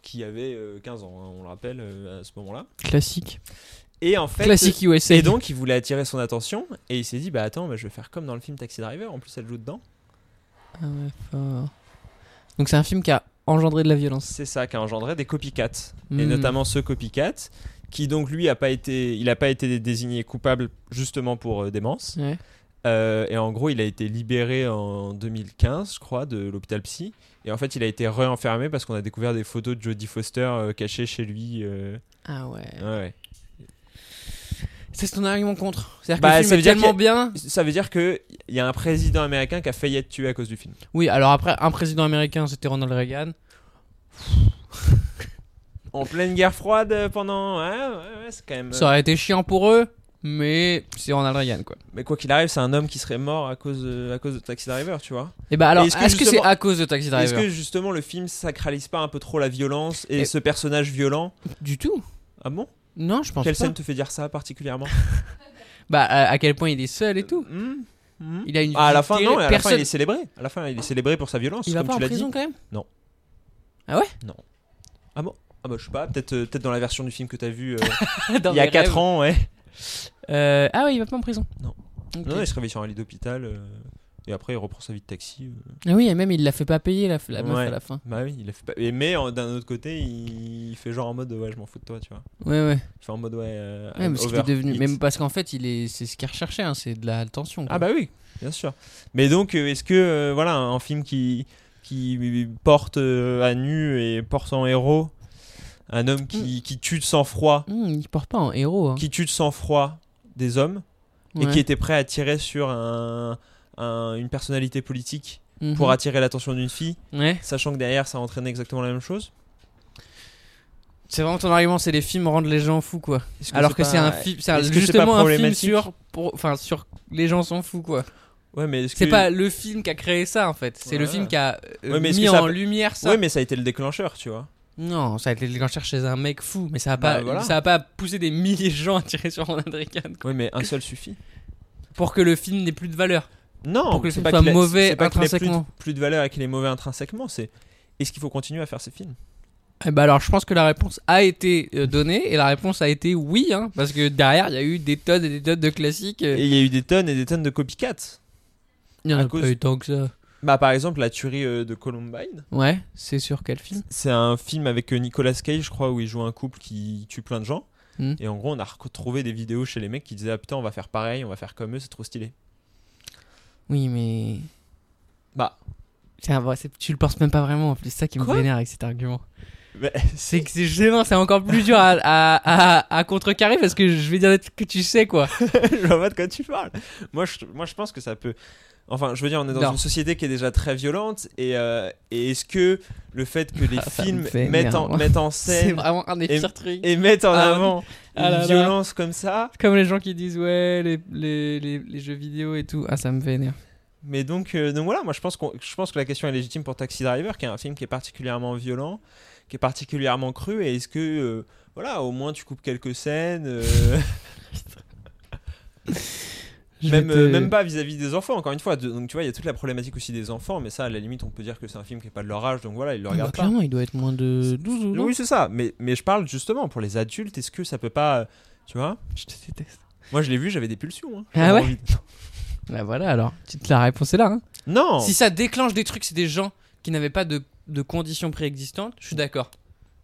qui avait euh, 15 ans, hein, on le rappelle, euh, à ce moment-là.
Classique.
Et en fait,
Classique USA.
Et donc, il voulait attirer son attention et il s'est dit Bah attends, bah, je vais faire comme dans le film Taxi Driver. En plus, elle joue dedans.
Ah ouais, fort. Donc c'est un film qui a engendré de la violence.
C'est ça qui a engendré des copycats. Et
Hmm.
notamment ce copycat qui, donc, lui, a pas été, il n'a pas été désigné coupable justement pour euh, démence.
Ouais.
Euh, et en gros, il a été libéré en 2015, je crois, de l'hôpital psy. Et en fait, il a été réenfermé parce qu'on a découvert des photos de Jodie Foster euh, cachées chez lui. euh,
Ah ouais.
ouais, ouais.
C'est ton argument contre. C'est-à-dire
Bah,
que le
ça
film
veut
est
dire
tellement
qu'il
bien.
Ça veut dire qu'il y a un président américain qui a failli être tué à cause du film.
Oui, alors après, un président américain, c'était Ronald Reagan.
En pleine guerre froide euh, pendant. Ouais, ouais, ouais, c'est quand même. euh,
Ça aurait été chiant pour eux, mais c'est Ronald Reagan quoi.
Mais quoi qu'il arrive, c'est un homme qui serait mort à cause de, à cause de Taxi Driver, tu vois.
Et bah alors,
Et
est-ce
est-ce que
que c'est
justement-
à cause de Taxi
Est-ce
Driver
que justement le film sacralise pas un peu trop la violence et,
Et-
ce personnage violent
Du tout.
Ah bon
Non, je pense
Quelle
pas.
scène te fait dire ça particulièrement
Bah à, à quel point il est seul et tout.
Hmm Hmm
Il a une.
Ah, à la
vie
fin,
terrible.
non, à la
Personne.
fin, il est célébré. À la fin, il est célébré pour sa violence,
Il va
comme
pas
tu
en
l'as dit.
prison quand même
Non.
Ah ouais
Ah bah, je sais pas, peut-être euh, peut-être dans la version du film que t'as vu euh,
Dans
il y a
mes
4
rêves.
ans, ouais.
Euh, ah ouais, il va pas en prison
Non.
Ok.
Non, il se réveille sur un lit d'hôpital euh, et après il reprend sa vie de taxi. euh.
Ah oui, et même il l'a fait pas payer la, la meuf
Ouais.
à la fin.
Bah oui, il a fait pas. et- mais en- d'un autre côté, il... il fait genre en mode ouais, je m'en fous de toi, tu vois.
Ouais, ouais.
Il fait en mode ouais. euh,
Ouais,
I'm
parce qu'il
over
est devenu.
it.
Même parce qu'en fait, il est. C'est ce qu'il recherchait, hein, c'est de la tension. quoi.
Ah bah oui, bien sûr. Mais donc, euh, est-ce que euh, voilà un film qui qui porte euh, à nu et porte en héros un homme
Mm.
qui, qui tue de sang froid,
Hmm, il porte pas en héros. hein.
qui tue de sang froid des hommes et
Ouais.
qui était prêt à tirer sur un- un- une personnalité politique
Mhm.
pour attirer l'attention d'une fille,
Ouais.
sachant que derrière ça entraînait exactement la même chose.
C'est vraiment ton argument, c'est les films rendent les gens fous quoi.
Est-ce
Alors que
pas-
c'est un film, c'est un-
est-ce que c'est pas
justement un film
problématique
sur, pour- enfin sur les gens sont fous quoi.
Ouais, mais est-ce
C'est
que-
pas le film qui a créé ça en fait, c'est le
Ouais.
film qui a euh,
Ouais, mais est-ce
mis
que ça
en
peut-
lumière ça.
Ouais, mais ça a été le déclencheur, tu vois.
Non, ça a été les gangsters chez un mec fou, mais ça a pas,
Bah, voilà.
ça a pas poussé des milliers de gens à tirer sur Ronald Reagan
Oui, mais un seul suffit.
pour que le film n'ait plus de valeur.
Non,
Pour que le
c'est
film
pas
soit
qu'il ait-
mauvais
c'est pas qu'il ait plus de-
intrinsèquement.
plus de valeur et qu'il est mauvais intrinsèquement, c'est est-ce qu'il faut continuer à faire ces films
Eh ben alors, je pense que la réponse a été euh, donnée et la réponse a été oui, hein, parce que derrière il y a eu des tonnes et des tonnes de classiques. euh,
Et il y a eu des tonnes et des tonnes de copycats.
Il y en a
à cause-
pas eu tant que ça.
Bah, par exemple, La tuerie euh, de Columbine,
Ouais, c'est sur quel film
c'est un film avec euh, Nicolas Cage, je crois, où il joue un couple qui tue plein de gens.
Hmm.
Et en gros, on a retrouvé des vidéos chez les mecs qui disaient Ah putain, on va faire pareil, on va faire comme eux, c'est trop stylé.
Oui, mais
Bah,
c'est un vrai- c'est- tu le penses même pas vraiment en plus, c'est ça qui me
Quoi
vénère avec cet argument.
mais-
C'est que c'est gênant, c'est encore plus dur à, à, à, à contrecarrer parce que je vais dire des trucs que tu sais quoi.
je vois pas de quoi tu parles. Moi je, moi, je pense que ça peut. Enfin, je veux dire, on est dans
Non.
une société qui est déjà très violente. Et, euh, et est-ce que le fait que les
ça me
films
fait
mettent en,
énorme.
mettent en
C'est
scène
vraiment un des
et-
pires trucs.
et mettent en
Ah,
avant
ah là
une
là.
violence comme ça.
Comme les gens qui disent ouais, les, les, les, les jeux vidéo et tout. Ah, ça me vénère.
Mais donc, euh, donc voilà, moi je pense, qu'on- je pense que la question est légitime pour Taxi Driver, qui est un film qui est particulièrement violent, qui est particulièrement cru. Et est-ce que, euh, voilà, au moins tu coupes quelques scènes euh,
Je
Même,
vais te-
euh, même pas vis-à-vis des enfants, encore une fois. De- donc tu vois, il y a toute la problématique aussi des enfants, mais ça, à la limite, on peut dire que c'est un film qui n'est pas de leur âge, donc voilà, ils le
Ah bah,
regardent pas.
clairement, il doit être moins de 12 ou non
Oui, c'est ça, mais, mais je parle justement pour les adultes, est-ce que ça peut pas. euh, Tu vois
Je te déteste.
Moi, je l'ai vu, j'avais des pulsions. hein.
Ah
J'avais
ouais
envie de-
Bah voilà alors, Petite- la réponse est là. hein.
Non
Si ça déclenche des trucs, c'est des gens qui n'avaient pas de, de conditions préexistantes, je suis d'accord.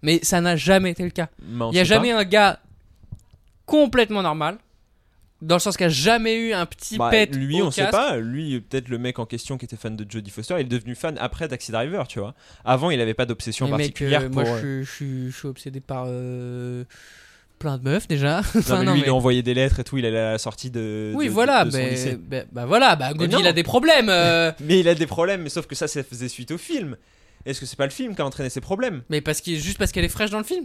Mais ça n'a jamais été le cas.
Bah, on
Il n'y a
sait pas.
jamais un gars complètement normal, dans le sens qu'il n'y a jamais eu un petit
Bah,
pet.
lui,
au
on sait
casque.
pas. Lui, euh, peut-être le mec en question qui était fan de Jodie Foster, il est devenu fan après Taxi Driver, tu vois. Avant, il avait pas d'obsession
Mais mec, euh,
particulière pour.
moi je,
euh,
suis- je suis- je suis obsédé par euh, plein de meufs déjà.
Non,
Enfin,
mais lui,
non,
il a envoyé des lettres et tout, il est à la sortie de.
hein, Oui,
de-
voilà,
de son
ben-
lycée.
ben- bah voilà, bah Gaudi,
non.
il a des problèmes. euh,
Mais il a des problèmes, mais sauf que ça, ça faisait suite au film. Est-ce que c'est pas le film qui a entraîné ces problèmes
mais parce qu'il juste parce qu'elle est fraîche dans le film.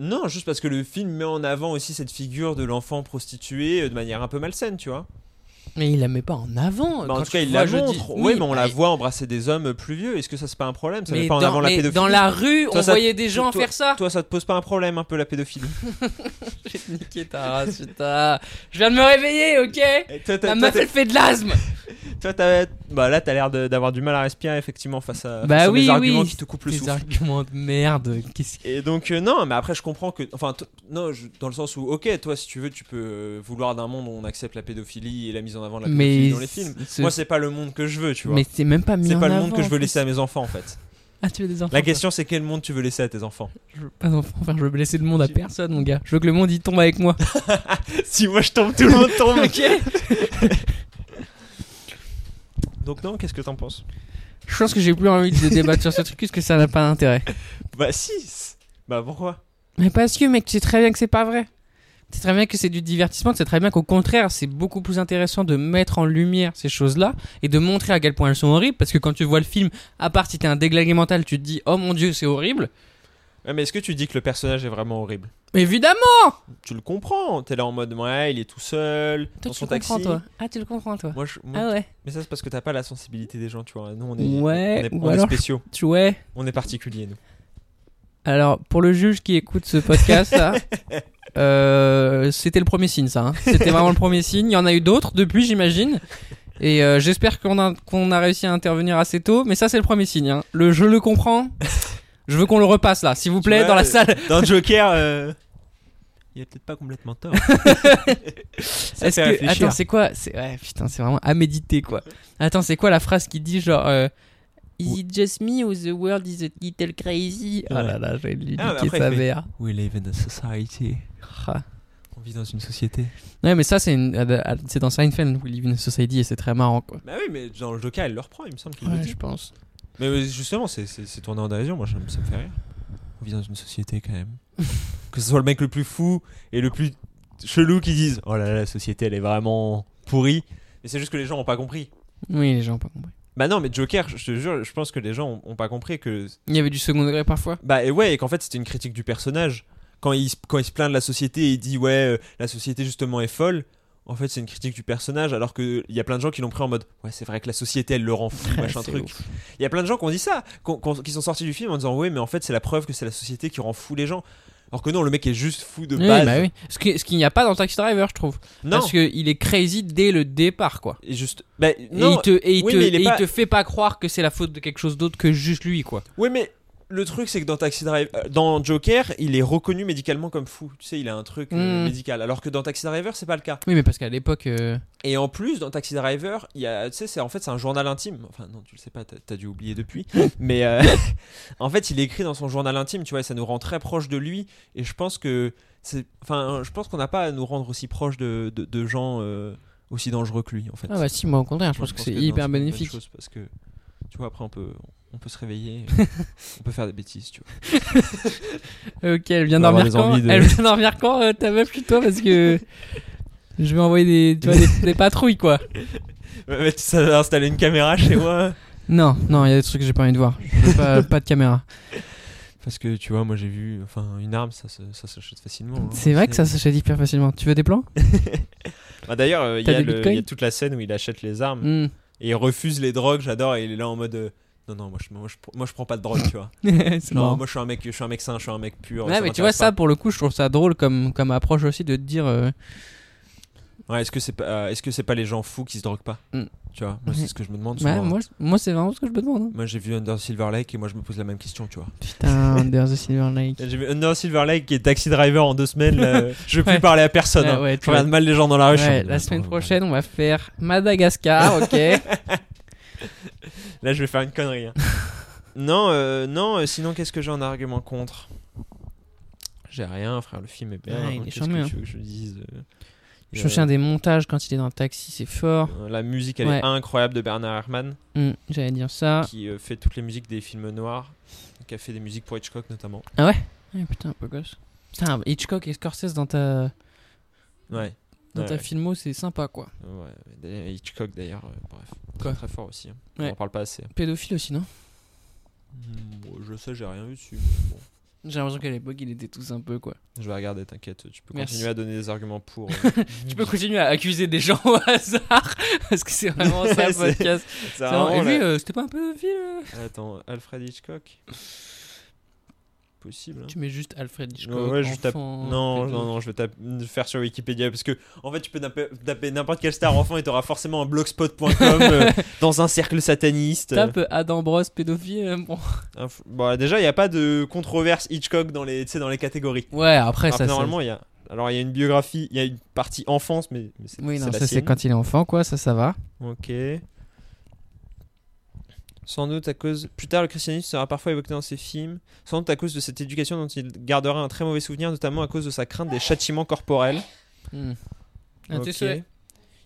Non, juste parce que le film met en avant aussi cette figure de l'enfant prostitué euh, de manière un peu malsaine, tu vois.
Mais il la met pas en avant.
Bah, en
Euh, Quand
tout
tu
cas, il
vois
la
jeudi-
montre.
Oui,
Oui, mais on la
bah,
voit embrasser des hommes plus vieux. Est-ce que ça, c'est pas un problème Ça
mais
met pas en
dans-
avant la
mais
pédophilie
dans la rue,
Toi,
on
ça-
voyait des gens
toi-
faire ça.
Toi, ça te pose pas un problème un peu la pédophilie
Je vais te niquer ta race, putain. Je viens de me réveiller, ok
Et Eh, toi, t'as-
La
toi,
meuf,
t'as-
elle fait de l'asthme.
toi, t'as- bah là, t'as l'air de- d'avoir du mal à respirer effectivement face à
Bah
face à
oui,
mes arguments
oui.
qui te coupent le
Les
souffle.
arguments de merde. Qu'est-ce que.
Et donc euh, non, mais après je comprends que, enfin t- non, je- dans le sens où ok, toi si tu veux, tu peux euh, vouloir d'un monde où on accepte la pédophilie et la mise en avant de la pédophilie
Mais
dans les films.
ce-
Moi c'est pas le monde que je veux, tu vois.
Mais c'est même pas mis
C'est
en
pas le
avant,
monde que je
en
veux
fait.
laisser à mes enfants en fait.
Ah, tu veux des enfants
La
toi.
question c'est quel monde tu veux laisser à tes enfants.
Je veux pas d'enfants. Enfin, je veux laisser le monde à personne, mon gars. Je veux que le monde y tombe avec moi.
si moi je tombe, tout le monde tombe.
ok
Donc non, qu'est-ce que t'en penses
Je pense que j'ai plus envie de débattre sur ce truc parce que ça n'a pas d'intérêt.
Bah si. Bah pourquoi
Mais parce que, mec, tu sais très bien que c'est pas vrai. Tu sais très bien que c'est du divertissement, tu sais très bien qu'au contraire, c'est beaucoup plus intéressant de mettre en lumière ces choses-là et de montrer à quel point elles sont horribles parce que quand tu vois le film, à part si t'es un déglagué mental, tu te dis oh mon dieu, c'est horrible.
Ouais, Mais est-ce que tu dis que le personnage est vraiment horrible
Évidemment
Tu le comprends. T'es là en mode ouais, il est tout seul
Toi,
dans
tu
son
le comprends,
taxi.
toi. Ah, tu le comprends, toi.
Moi, je- moi,
Ah ouais.
Mais ça, c'est parce que t'as pas la sensibilité des gens, tu vois. Nous, on est,
Ouais,
on est,
ou
on est
alors-
spéciaux.
Tu ouais.
On est particuliers, nous.
Alors, pour le juge qui écoute ce podcast, là, euh, c'était le premier signe, ça. hein. C'était vraiment le premier signe. Il y en a eu d'autres depuis, j'imagine. Et euh, j'espère qu'on a, qu'on a réussi à intervenir assez tôt. Mais ça, c'est le premier signe. hein. Le je le comprends. Je veux qu'on le repasse, là, s'il vous plaît,
vois,
dans la
euh,
salle.
Dans Joker, euh, il a peut-être pas complètement tort. ça
Est-ce
fait
que.
réfléchir.
Attends, c'est quoi c'est... Ouais, putain, c'est vraiment à méditer, quoi. Attends, c'est quoi la phrase qui dit genre. euh, Is it just me or the world is a little crazy? Oh là là, je vais lui niquer
Ah, mais après,
sa
il fait-
mère.
We live in a society.
Ah.
On vit dans une société.
Ouais, mais ça, c'est une- ad- ad- c'est dans Seinfeld, We Live in a Society, et c'est très marrant, quoi.
Bah oui, mais dans le Joker, il le reprend, il me semble qu'il le
Ouais,
dit.
je pense.
Mais euh, justement, c'est- c'est c'est tourné en dérision, moi, ça me ça me fait rire. On vit dans une société, quand même. que ce soit le mec le plus fou et le plus chelou qui disent Oh là là, la société, elle est vraiment pourrie. Mais c'est juste que les gens ont pas compris.
Oui, les gens ont pas compris.
Bah non, mais Joker, je te jure, je pense que les gens ont- ont pas compris que
Il y avait du second degré parfois.
Bah et ouais, et qu'en fait c'était une critique du personnage. Quand il, se- quand il se plaint de la société et il dit ouais, euh, la société justement est folle, en fait, c'est une critique du personnage, alors qu'il y a plein de gens qui l'ont pris en mode Ouais, c'est vrai que la société, elle le rend fou, machin
C'est
truc.
ouf.
Il y a plein de gens qui ont dit ça, qu'on- qu'on- qui sont sortis du film en disant Ouais, mais en fait, c'est la preuve que c'est la société qui rend fou les gens. Alors que non, le mec est juste fou de
Oui,
base.
bah oui. Ce qui- ce qu'il n'y a pas dans Taxi Driver, je trouve.
Non,
Parce qu'il est crazy dès le départ, quoi.
et juste. bah,
et
non,
il te, et il
oui,
te-
mais il est
et il
pas-
te fait pas croire que c'est la faute de quelque chose d'autre que juste lui, quoi.
Ouais, mais le truc, c'est que dans Taxi Driver, euh, dans Joker, il est reconnu médicalement comme fou. Tu sais, il a un truc euh,
Mm.
médical. Alors que dans Taxi Driver, c'est pas le cas.
Oui, mais parce qu'à l'époque. euh,
Et en plus, dans Taxi Driver, il y a, tu sais, c'est en fait c'est un journal intime. Enfin non, tu le sais pas, t'as t'as dû oublier depuis. Mais euh, en fait, il est écrit dans son journal intime, tu vois, et ça nous rend très proche de lui. Et je pense que, c'est, enfin, je pense qu'on n'a pas à nous rendre aussi proche de, de, de gens euh, aussi dangereux que lui, en fait.
Ah, bah si, moi au contraire, je
Moi,
pense que c'est
non,
hyper
une bonne
bénéfique.
chose parce que, tu vois, après on peut, on peut se réveiller, on peut faire des bêtises, tu vois.
Euh, Ok, elle vient
On va avoir
dormir
des
quand
envies de-
Elle vient dormir quand euh, ta meuf plutôt parce que je vais envoyer des, tu vois, des, des patrouilles quoi.
Ouais, mais ça va installer une caméra chez moi.
Non, non, il y a des trucs que j'ai pas envie de voir. Je veux Pas, pas de caméra.
Parce que tu vois, moi j'ai vu, enfin, une arme, ça, se- ça s'achète facilement. hein.
C'est vrai que ça s'achète hyper facilement. Tu veux des plans
Bah, D'ailleurs, euh, il y,
T'as
a
des
le-
bitcoins
il y a toute la scène où il achète les armes
Hmm.
et il refuse les drogues. J'adore, et il est là en mode euh, non, non, moi je, moi, je, moi, je prends pas de drogue, tu vois.
C'est
Genre,
marrant.
moi je suis un mec, je suis un mec sain, je suis un mec pur.
Ouais, mais tu vois,
m'intéresse
ça pour le coup, je trouve ça drôle comme, comme approche aussi de te dire. euh,
pas. Ouais, est-ce que c'est pas, euh, est-ce que c'est pas les gens fous qui se droguent pas
Mm.
Tu vois, moi
Ouais.
c'est ce que je me demande.
Ouais,
souvent.
moi, je- moi c'est vraiment ce que je me demande. hein.
Moi, j'ai vu Under Silver Lake et moi je me pose la même question, tu vois.
Putain, Under the Silver Lake.
J'ai vu Under Silver Lake et Taxi Driver en deux semaines. là, je vais plus
Ouais.
parler à personne.
Ouais,
hein.
ouais, tu
je regarde mal les gens dans la rue. je suis en
Ouais,
mode,
la
attends,
semaine
ouais.
prochaine, on va faire Madagascar, ok.
Là, je vais faire une connerie. hein. non, euh, non. euh, sinon, qu'est-ce que j'ai en argument contre J'ai rien, frère. Le film est bien.
Ouais, il est
Qu'est-ce
charmé,
que
hein.
tu veux que je dise euh,
Je
euh,
trouve un des montages quand il est dans le taxi, c'est fort.
euh, La musique, elle
Oh. Ouais.
est incroyable de Bernard Herrmann,
Hmm, J'allais dire ça.
qui euh, fait toutes les musiques des films noirs, qui a fait des musiques pour Hitchcock notamment.
Ouais, putain, beau gosse. Putain, Hitchcock et Scorsese dans ta,
Ouais.
dans
Ouais,
ta
ouais.
filmo, c'est sympa quoi.
Ouais, d'ailleurs, Hitchcock d'ailleurs, euh, bref.
Quoi
très fort aussi. hein.
Ouais.
On en parle pas assez.
Pédophile aussi, non
Mm, je sais, j'ai rien vu dessus.
J'ai l'impression qu'à l'époque, il était tous un peu quoi.
Je vais regarder, t'inquiète. Tu peux
Merci.
continuer à donner des arguments pour. euh,
Tu peux continuer à accuser des gens au hasard parce que c'est vraiment ça le
C'est-
podcast.
c'est
C'est vraiment-
vraiment
Et lui,
la-
euh, c'était pas un pédophile euh
Attends, Alfred Hitchcock Possible. hein.
Tu mets juste Alfred Hitchcock.
Ouais, ouais, je tape-
enfant,
Non,
pédo-
non, non, je vais tape- faire sur Wikipédia parce que en fait, tu peux taper- taper n'importe quelle star enfant et t'auras forcément un blogspot.com euh, dans un cercle sataniste.
Tape euh, Adam Bros pédophile. euh, bon.
Inf- Bon, bah, déjà, il n'y a pas de controverse Hitchcock dans les, tu sais, dans les catégories.
Ouais, après
Alors
ça.
que
ça-
Ah, normalement, il y a. Alors, il y a une biographie, il y a une partie enfance, mais, mais c'est
Oui, non,
c'est la
ça c'est
sienne.
quand il est enfant quoi, ça ça va.
Ok. Sans doute à cause. Plus tard, le christianisme sera parfois évoqué dans ses films. Sans doute à cause de cette éducation dont il gardera un très mauvais souvenir, notamment à cause de sa crainte des châtiments corporels.
Hmm. Ah,
Ok.
t'es sûr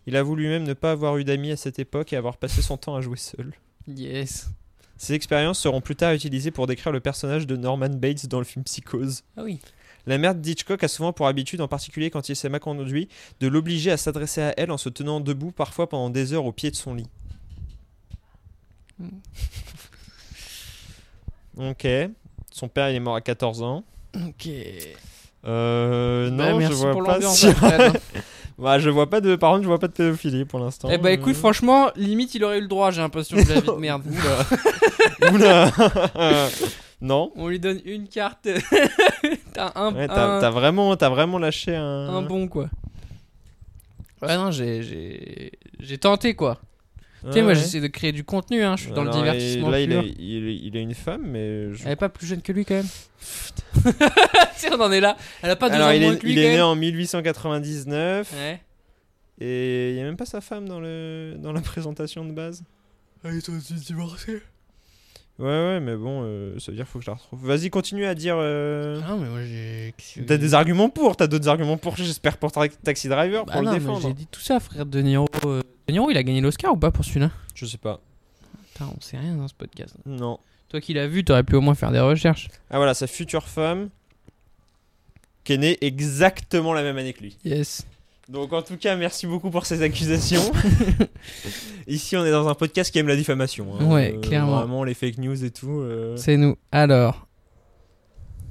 Il avoue lui-même ne pas avoir eu d'amis à cette époque et avoir passé son temps à jouer seul.
Yes.
Ces expériences seront plus tard utilisées pour décrire le personnage de Norman Bates dans le film Psychose.
Ah oui.
La mère d'Hitchcock a souvent pour habitude, en particulier quand il s'est mal conduit, de l'obliger à s'adresser à elle en se tenant debout parfois pendant des heures au pied de son lit.
Mm.
ok. Son père, il est mort à 14 ans.
Ok.
Euh, non,
Bah,
je
merci
vois
pour
pas.
l'ambiance.
si-
Alfred, hein.
Bah, je vois pas de. Par contre, je vois pas de pédophilie pour l'instant.
Eh bah écoute,
Euh,
franchement, limite il aurait eu le droit, j'ai l'impression de la vie de merde.
Oula. Non.
On lui donne une carte. T'as un,
Ouais, t'as
un,
t'as vraiment, t'as vraiment lâché un.
un bon quoi. Ouais, non, j'ai- j'ai j'ai tenté quoi.
Ouais,
tu sais, moi
ouais.
j'essaie de créer du contenu, hein, je suis dans le
Alors, et
divertissement.
Là, il
pur.
est, il, est, il est une femme, mais. je-
Elle est pas plus jeune que lui quand même. tu sais, on en est là. Elle a pas deux
Alors,
ans de
il
moins
est,
que lui
il
quand
est né
même.
en 1899
Ouais.
et il y a même pas sa femme dans le dans la présentation de base.
Elle est aussi divorcée.
Ouais, ouais, mais bon, euh, ça veut dire faut que je la retrouve. Vas-y, continue à dire. euh,
Non, Ah, mais moi j'ai.
T'as des arguments pour, t'as d'autres arguments pour, j'espère pour ta- Taxi Driver
Bah
pour
non,
le
mais
défendre.
J'ai dit tout ça, frère De Niro. Euh, De Niro, il a gagné l'Oscar ou pas pour celui-là
Je sais pas.
Putain, on sait rien dans ce podcast.
Non.
Toi qui l'as vu, t'aurais pu au moins faire des recherches.
Ah voilà, sa future femme qui est née exactement la même année que lui.
Yes.
Donc en tout cas, merci beaucoup pour ces accusations. Ici, on est dans un podcast qui aime la diffamation. hein.
Ouais, clairement.
Vraiment, les fake news et tout. euh,
C'est nous. Alors,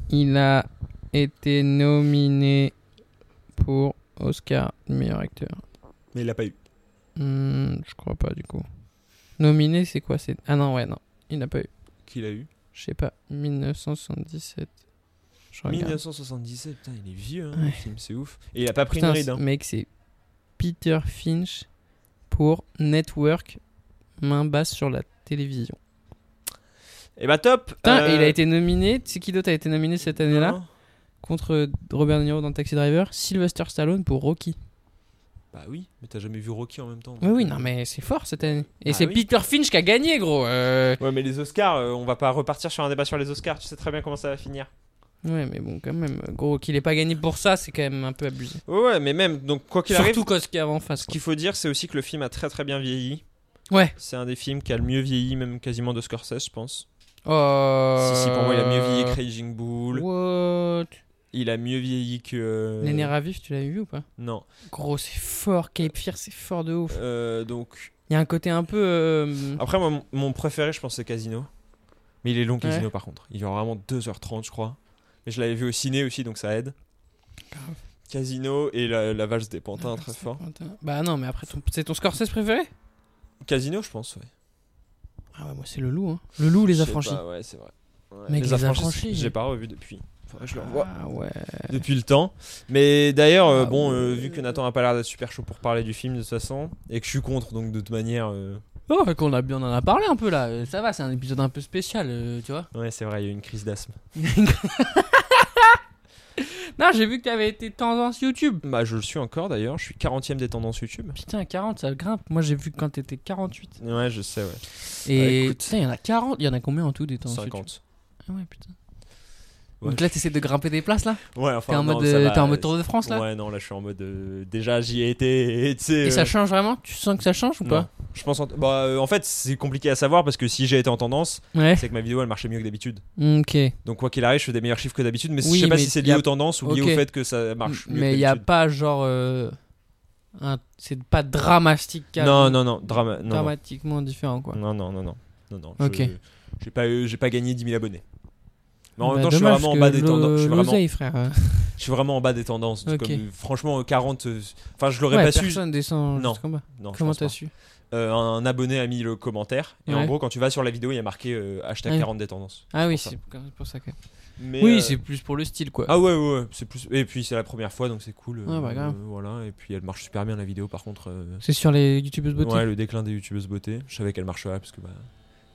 il a été nominé pour Oscar du meilleur acteur.
mais il l'a pas eu.
Hmm, je crois pas du coup. Nominé, c'est quoi c'est... Ah non, ouais, non. Il n'a pas eu.
Qui l'a eu
Je sais pas. 1977. Je regarde.
1977, putain, il est vieux, hein,
Ouais.
le film, c'est ouf. Et il a pas pris
Putain,
une ride.
ce
hein.
mec, c'est Peter Finch pour Network, main basse sur la télévision.
Et bah top
Putain,
euh,
et il a été nominé. C'est qui d'autre a été nominé cette année-là
non.
Contre Robert De Niro dans Taxi Driver, Sylvester Stallone pour Rocky.
Bah oui, mais t'as jamais vu Rocky en même temps.
Oui,
donc,
oui,
euh,
non, mais c'est fort cette année. Et
Ah
c'est
oui.
Peter Finch qui a gagné, gros. euh.
Ouais, mais les Oscars, euh, on va pas repartir sur un débat sur les Oscars, tu sais très bien comment ça va finir.
Ouais, mais bon, quand même, gros, qu'il ait pas gagné pour ça, c'est quand même un peu abusé.
Ouais, ouais, mais même, donc quoi qu'il arrive,
Surtout qu'Oscar en face.
ce qu'il faut dire, c'est aussi que le film a très très bien vieilli.
Ouais.
C'est un des films qui a le mieux vieilli, même quasiment de Scorsese, je pense.
Oh.
Si, si, pour moi, il a mieux
Euh,
vieilli que Raging Bull.
What
Il a mieux vieilli que. euh,
Les nerfs à vif, tu l'as vu ou pas
Non.
Gros, c'est fort. Cape Fear, c'est fort de ouf.
Euh, donc.
Il y a un côté un peu. euh,
Après, moi, mon- mon préféré, je pense, c'est Casino. Mais il est long, Casino,
Ouais.
par contre. Il est vraiment 2h30, je crois. Mais je l'avais vu au ciné aussi, donc ça aide.
Grave. Ah,
Casino et la, la valse des pantins, très fort.
Bah non, mais après, ton- c'est ton Scorsese préféré
Casino, je pense, ouais.
Ah ouais, moi, c'est le loup. Hein. Le loup ou les
Je sais
affranchis
pas, Ouais, c'est vrai. Ouais,
Mec, les affranchis.
J'ai pas revu depuis. Faudrait que je le revoie.
Ah ouais.
depuis le temps. Mais d'ailleurs, euh,
Ah
bon, euh,
ouais.
vu que Nathan a pas l'air d'être super chaud pour parler du film de toute façon, et que je suis contre, donc de toute manière, euh,
Oh, qu'on a bien on en a parlé un peu là. Euh, Ça va, c'est un épisode un peu spécial, euh, tu vois.
ouais, c'est vrai, il y a eu une crise d'asthme.
Non, j'ai vu que t'avais été tendance YouTube.
Bah, je le suis encore d'ailleurs, je suis 40ème des tendances YouTube.
Putain, 40, ça grimpe. Moi, j'ai vu quand t'étais 48.
Ouais, je sais, ouais.
Et
Ouais, écoute.
putain, il y en a 40. Il y en a combien en tout des tendances YouTube
50.
Ah ouais, putain.
Ouais,
Donc là, t'essaies de grimper des places là
Ouais,
T'es
enfin,
en,
non,
mode,
ça
euh,
va,
t'es en mode Tour de France là
Ouais, non, là, je suis en mode. euh, déjà, j'y ai été, et tu sais.
Et ça
euh,
change vraiment Tu sens que ça change ou
non.
pas
Je pense en... Bah, euh, en fait, c'est compliqué à savoir parce que si j'ai été en tendance,
Ouais.
c'est que ma vidéo elle marchait mieux que d'habitude.
Ok.
Donc, quoi qu'il arrive, je fais des meilleurs chiffres que d'habitude, mais
Oui,
je sais pas
mais
si c'est
y
lié
a-
aux tendances ou lié
Ok.
au fait que ça marche mieux.
Mais
que
il y a
d'habitude.
pas genre. euh, un- C'est pas dramatique.
Non, non, non, drama... non, non.
Dramatiquement différent quoi.
Non, non, non, non. non, non
Ok.
je- J'ai pas, eu- j'ai pas gagné 10 000 abonnés. Mais en
Bah,
même temps, je suis
dommage
vraiment en
que
bas des
l'o-
tendances. Je suis vraiment,
l'oseille, frère. euh.
je suis vraiment en bas des tendances.
Ok.
Comme, franchement, euh, 40. euh, Enfin, je l'aurais
Ouais,
pas su.
personne descend
Non.
jusqu'en bas.
Non, je
Comment
pense
t'as
pas.
su
Euh, un abonné a mis le commentaire. Et en
Ouais.
gros, quand tu vas sur la vidéo, il y a marqué euh, hashtag
Ouais.
40 des tendances.
Ah oui,
pour ça.
c'est pour c'est pour ça que.
Mais,
oui,
euh,
c'est plus pour le style quoi.
Ah ouais, ouais, ouais, c'est plus. Et puis, c'est la première fois, donc c'est cool. euh,
Ouais, bah, grave.
euh, voilà, et puis elle marche super bien la vidéo, par contre. euh,
C'est sur les youtubeuses beauté.
Ouais, le déclin des youtubeuses beauté. Je savais qu'elle marcherait parce que bah,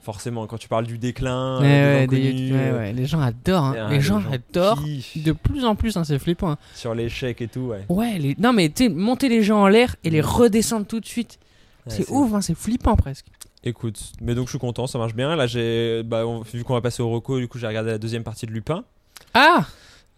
forcément, quand tu parles du déclin,
Ouais,
euh,
ouais,
des gens
des
connus,
youtubeuses- ouais,
euh,
ouais, Les gens adorent. hein.
ah,
les, gens, adorent.
kiffent
De plus en plus, hein, c'est flippant. hein.
sur l'échec et tout, ouais.
Ouais, les... non mais tu sais, monter les gens en l'air et les
Mm.
redescendre tout de suite,
Ouais,
c'est ouf, hein, c'est flippant presque.
Écoute, mais donc je suis content, ça marche bien. Là, j'ai bah, on- vu qu'on va passer au reco, du coup, j'ai regardé la deuxième partie de Lupin,
Ah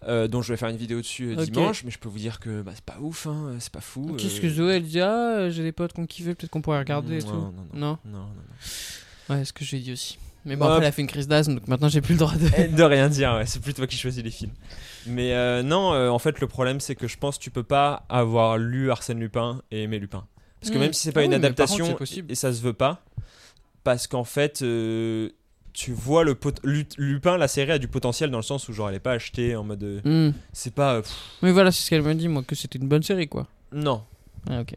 euh, dont je vais faire une vidéo dessus euh,
Ok.
dimanche. Mais je peux vous dire que bah, c'est pas ouf, hein, c'est pas fou.
Qu'est-ce
euh,
que Zoé elle dit Ah, euh, j'ai des potes qu'on kiffait, peut-être qu'on pourrait regarder et
Non,
tout.
non, non.
Non
Non, non, non.
Ouais, ce que j'ai dit aussi. Mais bon,
Hop.
après, elle a fait une crise d'asthme, donc maintenant j'ai plus le droit de.
Eh, de rien dire, ouais, c'est plus toi qui choisis les films. Mais euh, non, euh, en fait, le problème, c'est que je pense que tu peux pas avoir lu Arsène Lupin et aimer Lupin. Parce que
Mm.
même si c'est pas
Ah
une
oui, mais par contre,
adaptation,
c'est possible.
et ça se veut pas, parce qu'en fait, euh, tu vois le pot- Lu- Lupin, la série a du potentiel dans le sens où genre elle est pas achetée en mode, euh,
Mm.
c'est pas, euh, pff,
Mais voilà, c'est ce qu'elle m'a dit, moi, que c'était une bonne série quoi.
non.
Ah, ok.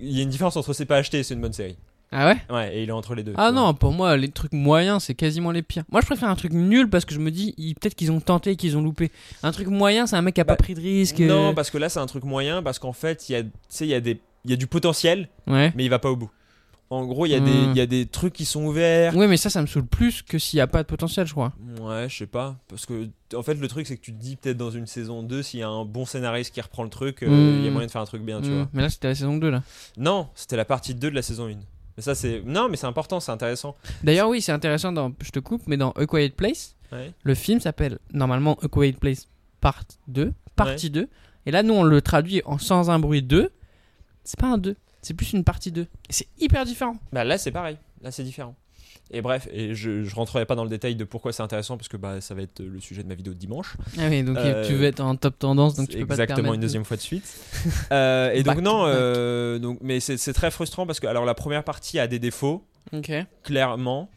Il y a une différence entre c'est pas acheté et c'est une bonne série.
Ah ouais
Ouais, et il est entre les deux.
Ah
tu vois.
non, pour moi, les trucs moyens, c'est quasiment les pires. Moi, je préfère un truc nul parce que je me dis, ils- peut-être qu'ils ont tenté et qu'ils ont loupé. Un truc moyen, c'est un mec qui a
Bah,
pas pris de risque. euh,
Non, parce que là c'est un truc moyen, parce qu'en fait, il y a, tu sais, il y a des, il y a du potentiel,
Ouais.
mais il va pas au bout. En gros, il y, a
Hmm.
des- il y a des trucs qui sont ouverts.
Ouais, mais ça, ça me saoule plus que s'il y a pas de potentiel, je crois.
Ouais, je sais pas. Parce que, en fait, le truc, c'est que tu te dis peut-être dans une saison 2, s'il y a un bon scénariste qui reprend le truc, euh, il y a
Hmm.
moyen de faire un truc bien, tu
Mm.
vois.
Mais là, c'était la saison 2 là.
Non, c'était la partie 2 de la saison 1. Mais ça, c'est. Non, mais c'est important, c'est intéressant.
D'ailleurs, oui, c'est intéressant, dans, je te coupe, mais dans A Quiet Place,
Ouais.
le film s'appelle normalement A Quiet Place Part 2, partie 2. Et là, nous, on le traduit en sans un bruit 2. C'est pas un 2, c'est plus une partie 2. Et C'est hyper différent.
Bah là, c'est pareil. Là, c'est différent. Et bref, et je, je rentrerai pas dans le détail de pourquoi c'est intéressant, parce que bah, ça va être le sujet de ma vidéo de dimanche.
Ah oui, donc
Euh,
tu veux être en top tendance, donc tu
C'est
peux pas te
exactement
permettre
une
de-
deuxième fois de suite. Euh, et donc,
Back
non,
to back.
euh, donc, mais c'est c'est très frustrant parce que, alors, la première partie a des défauts.
Ok.
clairement.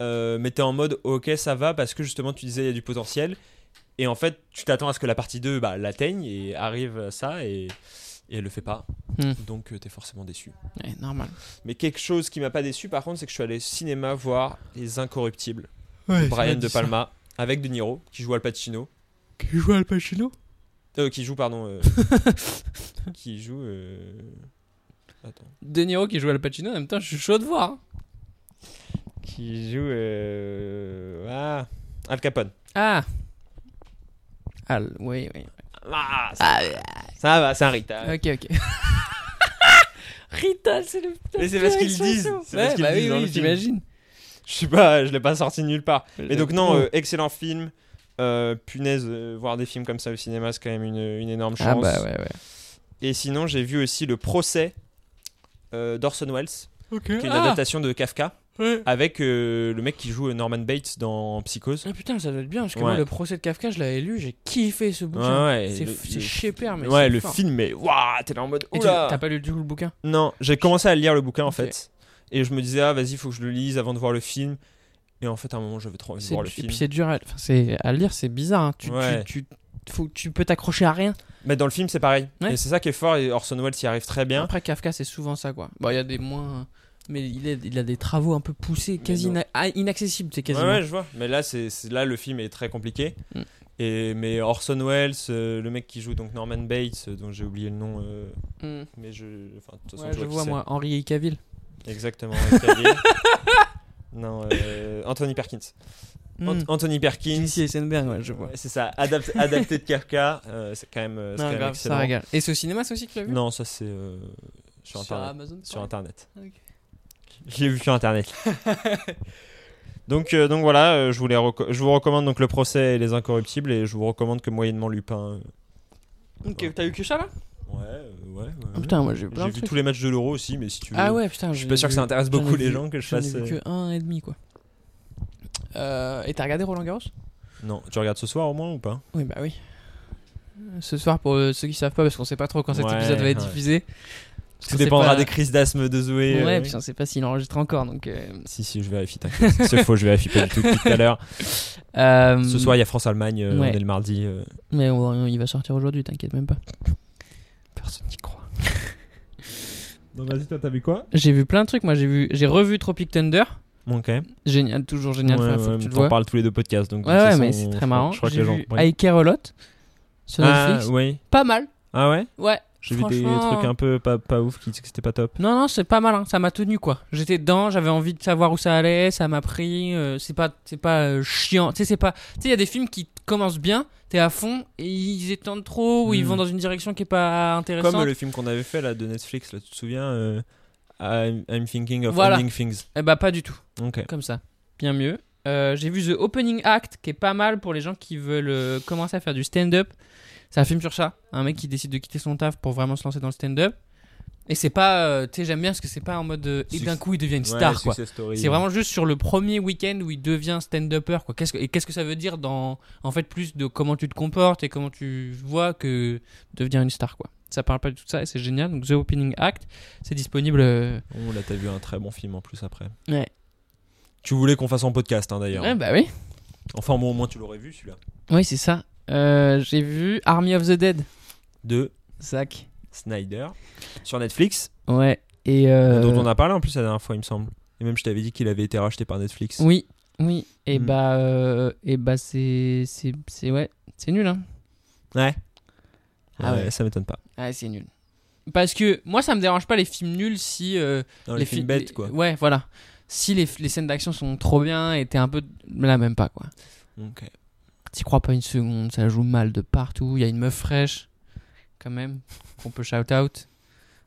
Euh, mais t'es en mode ok ça va parce que justement tu disais il y a du potentiel et en fait tu t'attends à ce que la partie 2 bah, l'atteigne et arrive à ça et, et elle le fait pas.
Hmm.
Donc euh, t'es forcément déçu.
Ouais, normal.
Mais quelque chose qui m'a pas déçu par contre, c'est que je suis allé au cinéma voir Les Incorruptibles, Brian De Palma, avec De Niro, qui joue Al Pacino.
Qui joue Al Pacino
Euh, qui joue, pardon. euh, qui joue. euh, Attends.
De Niro qui joue Al Pacino, en même temps, je suis chaud de voir.
Qui joue. euh, Ah, Al Capone.
Ah Al, oui, oui.
Ah, ça, ça va, c'est un Rita.
Ok, ok. Rita, c'est le putain
Mais
de
c'est parce
pire
qu'ils le disent,
expression.
c'est
Ouais,
parce qu'ils
bah
le disent dans
oui,
le
oui,
film.
j'imagine.
Je sais pas, je l'ai pas sorti de nulle part. Mais donc, non,
Oh.
euh, excellent film. Euh, punaise, euh, voir des films comme ça au cinéma, c'est quand même une, une énorme chance.
Ah bah ouais, ouais.
Et sinon, j'ai vu aussi Le procès euh, d'Orson Welles, qui
Ok. ah,
est une adaptation de Kafka, avec euh, le mec qui joue euh, Norman Bates dans Psychose.
Ah putain, ça doit être bien, parce que
Ouais.
moi, le procès de Kafka, je l'avais lu, j'ai kiffé ce
Ouais,
bouquin.
ouais,
c'est
le-
c'est
le-
chépère, mais
ouais,
c'est
le
fort.
film, mais waouh, t'es là en mode
Et tu-
oula.
T'as pas lu du coup le bouquin
Non, j'ai commencé à lire le bouquin en
Ok.
fait, et je me disais ah vas-y, faut que je le lise avant de voir le film. Et en fait, à un moment, j'avais trop envie de
C'est
voir le
du- et
film.
puis c'est dur à, enfin, c'est- à lire, c'est bizarre. hein. Tu, tu-
Ouais.
tu, faut- tu peux t'accrocher à rien.
Mais dans le film, c'est pareil.
Ouais.
Et c'est ça qui est fort. Et Orson Welles y arrive très bien.
Après, Kafka, c'est souvent ça, quoi. Bon, il y a des moins. Mais il a, il a des travaux un peu poussés, quasi
non.
ina- ah, inaccessibles, c'est
Ouais,
quasiment.
ouais, je vois. Mais là, c'est c'est- là, le film est très compliqué.
Mm.
Et mais Orson Welles, euh, le mec qui joue donc Norman Bates, euh, dont j'ai oublié le nom, euh,
Mm.
mais je, enfin, de toute façon,
Ouais,
tu
je
qui
vois,
c'est.
moi, Henri Cavill.
Exactement. Cavill. non, euh, Anthony Perkins. Ant-
Mm.
Anthony Perkins.
Ici, Eisenberg, ouais, je vois.
Ouais, C'est ça. Adap- adapté de Kafka. euh, c'est quand même, euh, c'est
Non,
quand même
grave, ça
excellent.
régale. Et c'est au cinéma, c'est aussi que tu l'as vu
non, ça c'est euh, sur
Sur
internet.
Amazon
Sur internet.
Ok.
Je l'ai vu sur internet. donc, euh, donc voilà, euh, je, voulais reco- je vous recommande donc le procès et les incorruptibles et je vous recommande que moyennement Lupin. euh,
Ok, t'as vu que ça là
Ouais, euh, ouais, ouais, ouais.
Ah, Oh, Putain, moi j'ai eu plein
J'ai
de
vu
trucs.
tous les matchs de l'Euro aussi, mais si tu veux.
Ah ouais, putain.
Je suis pas sûr que ça intéresse beaucoup les gens que je fasse.
J'en ai
euh,
vu que un et demi, quoi. Euh, et t'as regardé Roland Garros
Non, tu regardes ce soir au moins ou pas
Oui, bah oui. Ce soir, pour euh, ceux qui savent pas, parce qu'on sait pas trop quand cet
Ouais,
épisode va être
ouais.
diffusé. On
Tout
sait
dépendra
pas-
des crises d'asthme de Zoé.
Ouais,
euh,
puis on sait pas s'il enregistre encore. Donc, euh,
Si, si, je vérifie, t'inquiète. C'est faux, je vérifie pas du tout depuis tout à l'heure.
euh,
Ce soir, il y a France-Allemagne, euh,
Ouais.
on est le mardi. euh.
Mais on- il va sortir aujourd'hui, t'inquiète même pas. Personne n'y croit.
Non, vas-y, toi, t'as vu quoi
J'ai vu plein de trucs. Moi, j'ai vu, j'ai revu Tropic Thunder.
Ok.
Génial, toujours génial.
Ouais,
enfin, faut que
ouais,
tu
mais
le
t'en
vois.
parles tous les deux podcasts. Donc, de
Ouais,
toute
ouais,
façon,
mais c'est
on-
très
je
marrant.
crois que
J'ai
les gens-
vu
oui.
I Care a Lot sur
Ah,
Netflix.
oui.
Pas mal.
Ah ouais
Ouais.
J'ai vu des
franchement.
trucs un peu pas, pas ouf qui disaient que c'était pas top.
Non, non, c'est pas mal, hein. ça m'a tenu quoi. J'étais dedans, j'avais envie de savoir où ça allait, ça m'a pris. euh, c'est pas, c'est pas euh, chiant. Tu sais, c'est pas. Tu sais, il y a des films qui commencent bien, t'es à fond, et ils étendent trop, ou ils
Mm.
vont dans une direction qui est pas intéressante.
Comme euh, le film qu'on avait fait là de Netflix, là, tu te souviens euh, I'm, I'm thinking of
Voilà.
ending things.
Eh bah, pas du tout,
Ok.
comme ça. Bien mieux. Euh, J'ai vu The Opening Act, qui est pas mal pour les gens qui veulent euh, commencer à faire du stand-up. C'est un film sur ça, un mec qui décide de quitter son taf pour vraiment se lancer dans le stand-up. Et c'est pas. euh, tu sais, j'aime bien parce que c'est pas en mode. euh, et
Suc-
d'un coup, il devient une
Ouais,
star quoi.
Success Story.
C'est vraiment juste sur le premier week-end où il devient stand-upper. Quoi. Qu'est-ce que, et qu'est-ce que ça veut dire dans, en fait, plus de comment tu te comportes et comment tu vois que devenir une star, quoi. Ça parle pas de tout ça et c'est génial. Donc, The Opening Act, c'est disponible. euh,
Oh, là, t'as vu un très bon film en plus après.
Ouais.
Tu voulais qu'on fasse en podcast hein, d'ailleurs.
Ouais, bah oui.
Enfin, bon, au moins tu l'aurais vu celui-là.
Oui, c'est ça. Euh, j'ai vu Army of the Dead,
De
Zach.
Snyder sur Netflix,
Ouais. Et. euh,
Ah, dont on a parlé en plus la dernière fois, il me semble. Et même, je t'avais dit qu'il avait été racheté par Netflix.
Oui, oui. Et
Hmm.
bah. euh, et bah, c'est. C'est, c'est, ouais. c'est nul, hein.
Ouais.
Ah ouais.
ça m'étonne pas.
Ouais, c'est nul. Parce que moi, ça me dérange pas les films nuls si. euh,
Non, les, films
fi-
bêtes
les-
quoi.
Ouais, voilà. Si les, les scènes d'action sont trop bien et t'es un peu. Là, même pas, quoi.
Ok.
T'y crois pas une seconde, ça joue mal de partout. Il y a une meuf fraîche, quand même, qu'on peut shout out.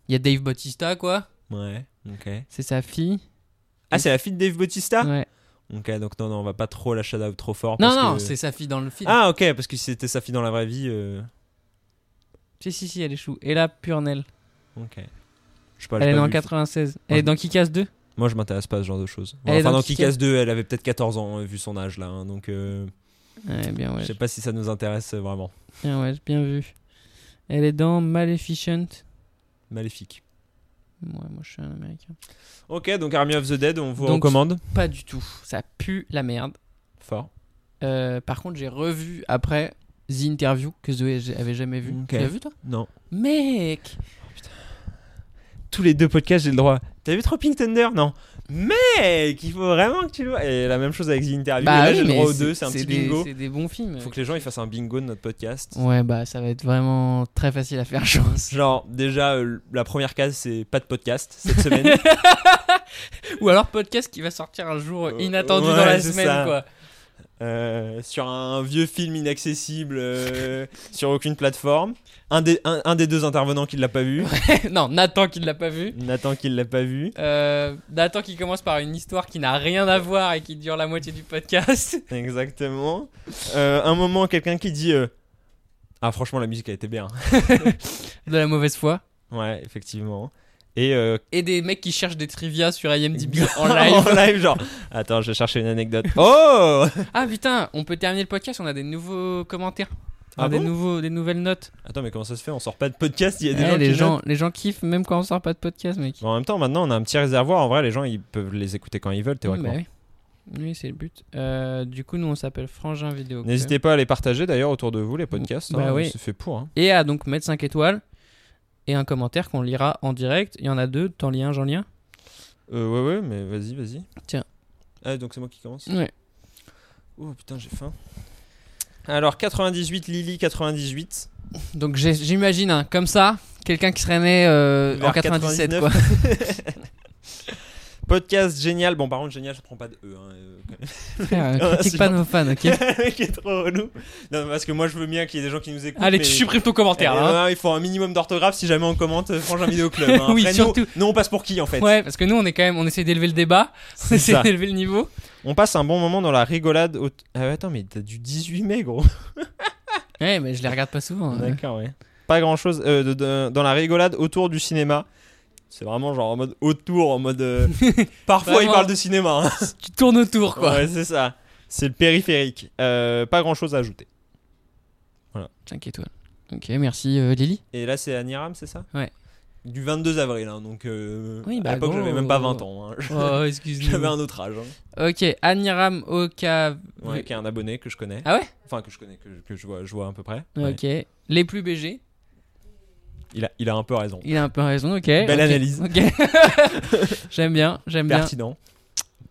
Il y a Dave Bautista, quoi.
Ouais. Ok.
C'est sa fille.
Ah, c'est la fille de Dave Bautista
Ouais.
Ok, donc non, non, on va pas trop la shadow trop fort.
Non,
parce
non,
que-
c'est sa fille dans le film.
Ah, ok, parce que si c'était sa fille dans la vraie vie. euh,
Si, si, si, elle est chou. Et là, Purnell.
Ok. Je sais pas, j'ai
Elle est
pas
dans
vu le-
96. Elle est dans Kick-Ass 2
Moi, je m'intéresse pas à ce genre de choses.
Elle est
enfin,
dans
dans
Kick-Ass.
Kick-Ass 2, elle avait peut-être 14 ans, euh, vu son âge là. hein, donc, euh,
Ouais, Eh bien, ouais.
je sais pas si ça nous intéresse euh, vraiment.
Bien, ouais, bien vu. Elle est dans Maleficent.
Maléfique.
Ouais, moi, je suis un américain.
Ok, donc Army of the Dead, on vous
Donc-
recommande.
Pas du tout. Ça pue la merde.
Fort.
Euh, par contre, j'ai revu après The Interview que Zoé j- avait jamais vu.
Ok.
Tu l'as vu toi
Non.
Mec
Tous les deux podcasts, j'ai le droit. T'as vu Tropic Thunder Non. Mec, il faut vraiment que tu le vois. Et la même chose avec The Interview. et là, j'ai le droit aux deux, c'est un petit
des,
bingo.
Bah C'est des bons films.
Faut que les gens ils fassent un bingo de notre podcast.
Ouais, bah ça va être vraiment très facile à faire, je pense.
Genre, déjà, euh, la première case, c'est pas de podcast cette semaine.
Ou alors podcast qui va sortir un jour
Euh,
inattendu
ouais,
dans la
c'est
semaine,
ça.
quoi.
Euh, sur un vieux film inaccessible euh, sur aucune plateforme. Un des, un, un des deux intervenants qui l'a pas vu.
non, Nathan qui ne l'a pas vu.
Nathan qui l'a pas vu.
Euh, Nathan qui commence par une histoire qui n'a rien à voir et qui dure la moitié du podcast.
Exactement. Euh, un moment, quelqu'un qui dit euh, Ah, franchement, la musique a été bien.
De la mauvaise foi.
ouais, effectivement. Et euh,
Et des mecs qui cherchent des trivia sur IMDb en
en
live.
live, genre Attends, je vais chercher une anecdote. Oh
ah putain, on peut terminer le podcast, on a des nouveaux commentaires. On
Ah
a des,
bon
nouveaux, des nouvelles notes.
Attends, mais comment ça se fait On sort pas de podcast, il y a des
Eh,
gens
les,
qui
gens,
notent.
les gens kiffent même quand on sort pas de podcast, mec.
Bon, en même temps, maintenant, on a un petit réservoir. En vrai, les gens, ils peuvent les écouter quand ils veulent, théoriquement.
Bah oui, Oui, c'est le but. Euh, du coup, nous, on s'appelle Frangin Vidéo. Club.
N'hésitez pas à les partager d'ailleurs autour de vous, les podcasts.
Bah
hein,
oui.
C'est fait pour. hein.
Et à donc mettre 5 étoiles et un commentaire qu'on lira en direct. Il y en a deux, t'en lis un, j'en lis un.
Euh, ouais, ouais, mais vas-y, vas-y.
Tiens.
Ah, donc c'est moi qui commence.
Ouais.
Oh putain, j'ai faim. Alors, 98, Lily 98.
Donc j'ai- j'imagine, hein, comme ça, quelqu'un qui serait né euh, en
vers
97,
99.
quoi.
Podcast génial. Bon, par contre, génial, je prends pas de E. hein, euh, quand même.
Frère,
Ah,
critique
sinon-
pas nos fans, ok
Le mec est trop relou. Non, parce que moi, je veux bien qu'il y ait des gens qui nous écoutent.
Allez,
mais-
tu supprimes ton commentaire,
Eh,
hein.
ouais, il faut un minimum d'orthographe si jamais on commente euh, Frangin Vidéo Club. hein.
Oui,
Après,
surtout.
Nous, nous, on passe pour qui en fait
Ouais, parce que nous, on est quand même, on essaie d'élever le débat, on
C'est
essaie
ça.
d'élever le niveau.
On passe un bon moment dans la rigolade. au- Ah, ouais, attends, mais t'as du 18 mai, gros.
Ouais, mais je les regarde pas souvent. hein.
D'accord, ouais. Pas grand chose. dans la rigolade autour du cinéma. C'est vraiment genre en mode autour, en mode. euh, Parfois
Vraiment.
ils parlent de cinéma. hein.
Tu tournes autour, quoi.
ouais, c'est ça. C'est le périphérique. Euh, pas grand chose à ajouter.
5 étoiles. Ok, merci euh, Lily.
Et là, c'est à Niram, c'est ça
Ouais.
Du 22 avril, hein, donc. euh,
Oui, bah,
à l'époque,
gros.
j'avais même pas 20 ans. hein.
Oh,
J'avais
excuse-nous.
un autre âge. hein.
ok, Aniram Oka.
Ouais, qui est un abonné que je connais.
Ah ouais
Enfin, que je connais, que, que je, vois, je vois à peu près. Ouais.
Ok. Les plus BG.
Il, a, il a un peu raison.
Il a un peu raison, ok. Belle
analyse.
j'aime bien, j'aime bien.
Pertinent.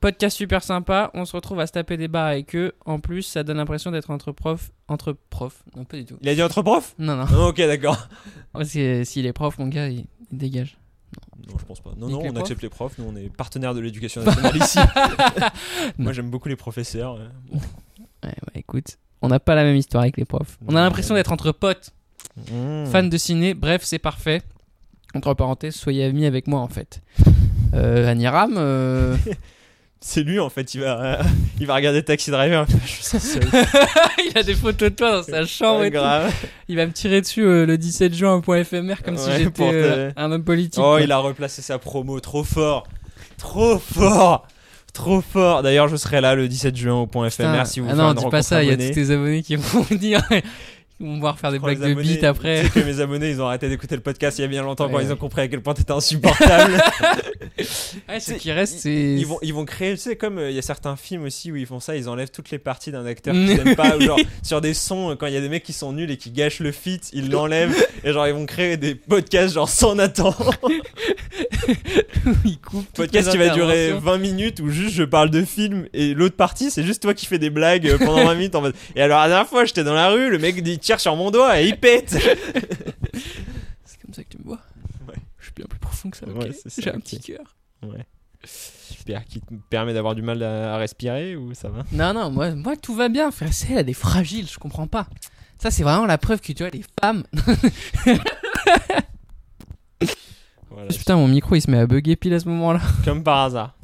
Podcast super sympa. On se retrouve à se taper des barres avec eux. En plus, ça donne l'impression d'être entre profs. Entre profs Non, pas du tout.
Il a dit entre prof
Non, non.
Ok, d'accord.
Parce que s'il est prof, mon gars, il, il dégage.
Non, je pense pas. Non,
Nique
non,
les
on
profs.
accepte les profs. Nous, on est partenaire de l'éducation nationale ici. Moi, j'aime beaucoup les professeurs. euh.
Ouais, bah écoute, on n'a pas la même histoire avec les profs. On a
Ouais.
l'impression d'être entre potes.
Hmm. Mmh.
fan de ciné, bref, c'est parfait. Entre parenthèses, soyez amis avec moi en fait. Euh, Aniram, euh,
C'est lui, en fait. Il va, euh, il va regarder Taxi Driver. Je suis ça seul.
il a des photos de toi dans sa chambre.
Pas
et tout.
grave.
Il va me tirer dessus euh, le 17 juin au point FMR comme
Ouais,
si j'étais
pour te-
euh, un homme politique.
Oh,
quoi.
il a replacé sa promo. Trop fort. Trop fort. Trop fort. D'ailleurs, je serai là le 17 juin au point
Putain.
FMR si vous
Ah
voulez.
non, dis pas ça, il y a tous tes abonnés qui vont venir. Ils vont me voir faire des blagues de bite après.
Tu sais que mes abonnés, ils ont arrêté d'écouter le podcast il y a bien longtemps quand
Ouais,
ils
ouais.
ont compris à quel point t'étais insupportable.
Ouais, ce qui reste, Ah, c'est.
Ils vont, ils vont créer, tu sais, comme euh, il y a certains films aussi où ils font ça, ils enlèvent toutes les parties d'un acteur qu'ils aiment pas, ou genre sur des sons, euh, quand il y a des mecs qui sont nuls et qui gâchent le feat, ils l'enlèvent, et genre ils vont créer des podcasts genre sans Nathan.
Ils coupent toutes
Podcast
les
qui va durer
interventions.
20 minutes où juste je parle de films, et l'autre partie c'est juste toi qui fais des blagues euh, pendant 20 minutes en mode. Et alors la dernière fois j'étais dans la rue, le mec il tire sur mon doigt et il pète.
C'est comme ça que tu me vois.
Ouais.
Je suis bien plus profond que ça, ok.
Ouais, c'est ça,
J'ai un
ok.
petit cœur.
Ouais. Super, qui te permet d'avoir du mal à, à respirer ou ça va
Non, non, moi, moi tout va bien, frère. C'est elle est fragile, je comprends pas. Ça, c'est vraiment la preuve que tu vois, les femmes.
Voilà,
Putain, mon micro il se met à bugger pile à ce moment-là.
Comme par hasard.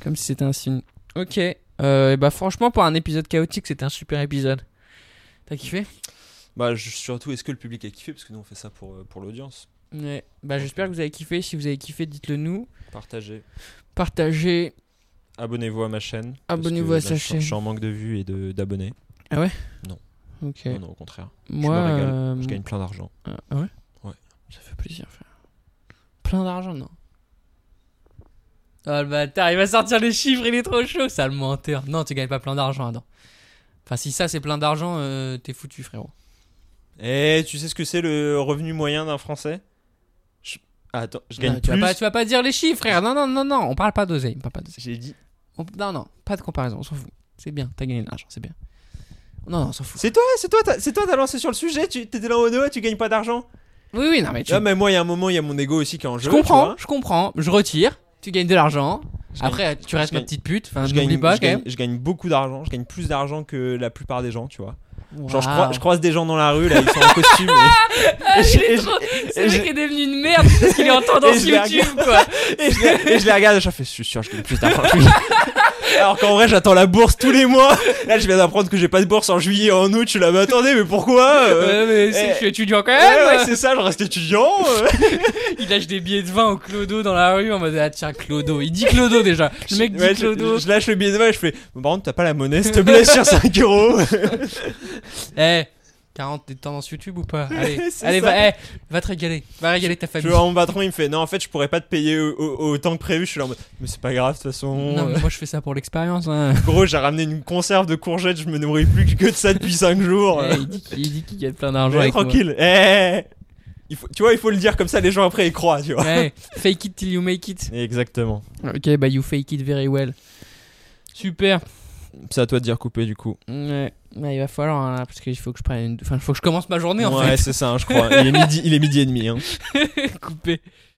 Comme si c'était un signe. Ok. Euh, et bah, franchement, pour un épisode chaotique, c'était un super épisode. T'as kiffé
Bah je- surtout, est-ce que le public a kiffé Parce que nous on fait ça pour, euh, pour l'audience.
Ouais. Bah, j'espère que vous avez kiffé. Si vous avez kiffé, dites-le nous.
Partagez.
Partagez.
Abonnez-vous à ma chaîne. parce
Abonnez-vous
que
à
là,
sa
je suis-
chaîne.
Je suis en manque de vues et de- d'abonnés.
Ok.
Non, non, au contraire.
Moi,
je me régale.
euh,
Je gagne plein d'argent.
Ah ah ouais
Ouais.
Ça fait plaisir, frère. Plein d'argent, non Oh le bâtard, il va sortir les chiffres, il est trop chaud, sale menteur. Non, tu gagnes pas plein d'argent, Adam. Enfin, si ça c'est plein d'argent, euh, t'es foutu, frérot.
Eh, tu sais ce que c'est le revenu moyen d'un Français Je- Attends, je gagne
Non, Ah, Bah, tu, vas
plus.
pas, tu vas pas dire les chiffres, frère. Non, non, non, non. On parle pas d'oseille. On parle pas d'oseille.
J'ai dit.
On- Non, non. Pas de comparaison. On s'en fout. C'est bien. T'as gagné de l'argent. C'est bien. Non, non, on s'en fout.
C'est toi, c'est toi, t'as- c'est toi, t'as lancé sur le sujet. Tu t'étais là au doigt, tu gagnes pas d'argent.
Oui, oui, non, mais tu.
Ah, mais moi, il y a un moment, il y a mon ego aussi qui est en
je
jeu. tu
comprends.
vois.
Je comprends. Je retire. Tu gagnes de l'argent.
Je gagne-
Après, tu restes
je
ma
gagne-
petite pute. Enfin,
je
n'oublie
gagne,
pas
je,
quand même.
gagne, je gagne beaucoup d'argent, je gagne plus d'argent que la plupart des gens, tu vois. Genre, je,
Waouh.
crois- je croise des gens dans la rue, là, ils sont en costume. et- et je- et je-
C'est
je-
vrai qu'il est devenu une merde parce qu'il est en
Et
tendance
je la
YouTube, quoi.
Et je, les- et je les regarde et je fais, je suis sûr, je gagne plus d'argent. que lui. Alors qu'en vrai, j'attends la bourse tous les mois. Là, je viens d'apprendre que j'ai pas de bourse en juillet et en août. Je suis là, mais attendez, mais pourquoi euh,
Ouais, mais c'est-
eh,
je suis étudiant quand
ouais, ouais,
même.
c'est ça, je reste étudiant. euh.
Il lâche des billets de vin au clodo dans la rue en mode ah tiens clodo. Il dit clodo déjà. Le mec dit
Ouais, je,
clodo.
je lâche le billet de vin et je fais, bon, par contre, t'as pas la monnaie, s'il te plaît, sur 5 euros.
Eh, 40 des tendances YouTube ou pas Allez,
C'est
allez
ça.
va, eh, va te régaler. Va régaler ta
Je
famille.
vois mon patron, il me fait, non, en fait, je pourrais pas te payer au- au- autant que prévu. Je suis là en mode, mais c'est pas grave, de toute façon.
Non, mais moi je fais ça pour l'expérience. Hein.
Gros, j'ai ramené une conserve de courgettes, je me nourris plus que de ça depuis 5 jours.
Eh, il dit qu'il il dit qu'il gagne plein
Oh, Mais
d'argent. avec moi.
tranquille. Eh, il faut, tu vois, il faut le dire comme ça, les gens après ils croient, tu vois.
Ouais, Eh, fake it till you make it.
Exactement.
Ok, bah you fake it very well. Super.
C'est à toi de dire couper du coup.
Ouais. Bah, il va falloir hein, là, parce qu'il faut que je prenne une... enfin, faut que je commence ma journée en
ouais, c'est ça, hein, je crois. Il est midi, il est midi et demi. hein.
fait. Coupé.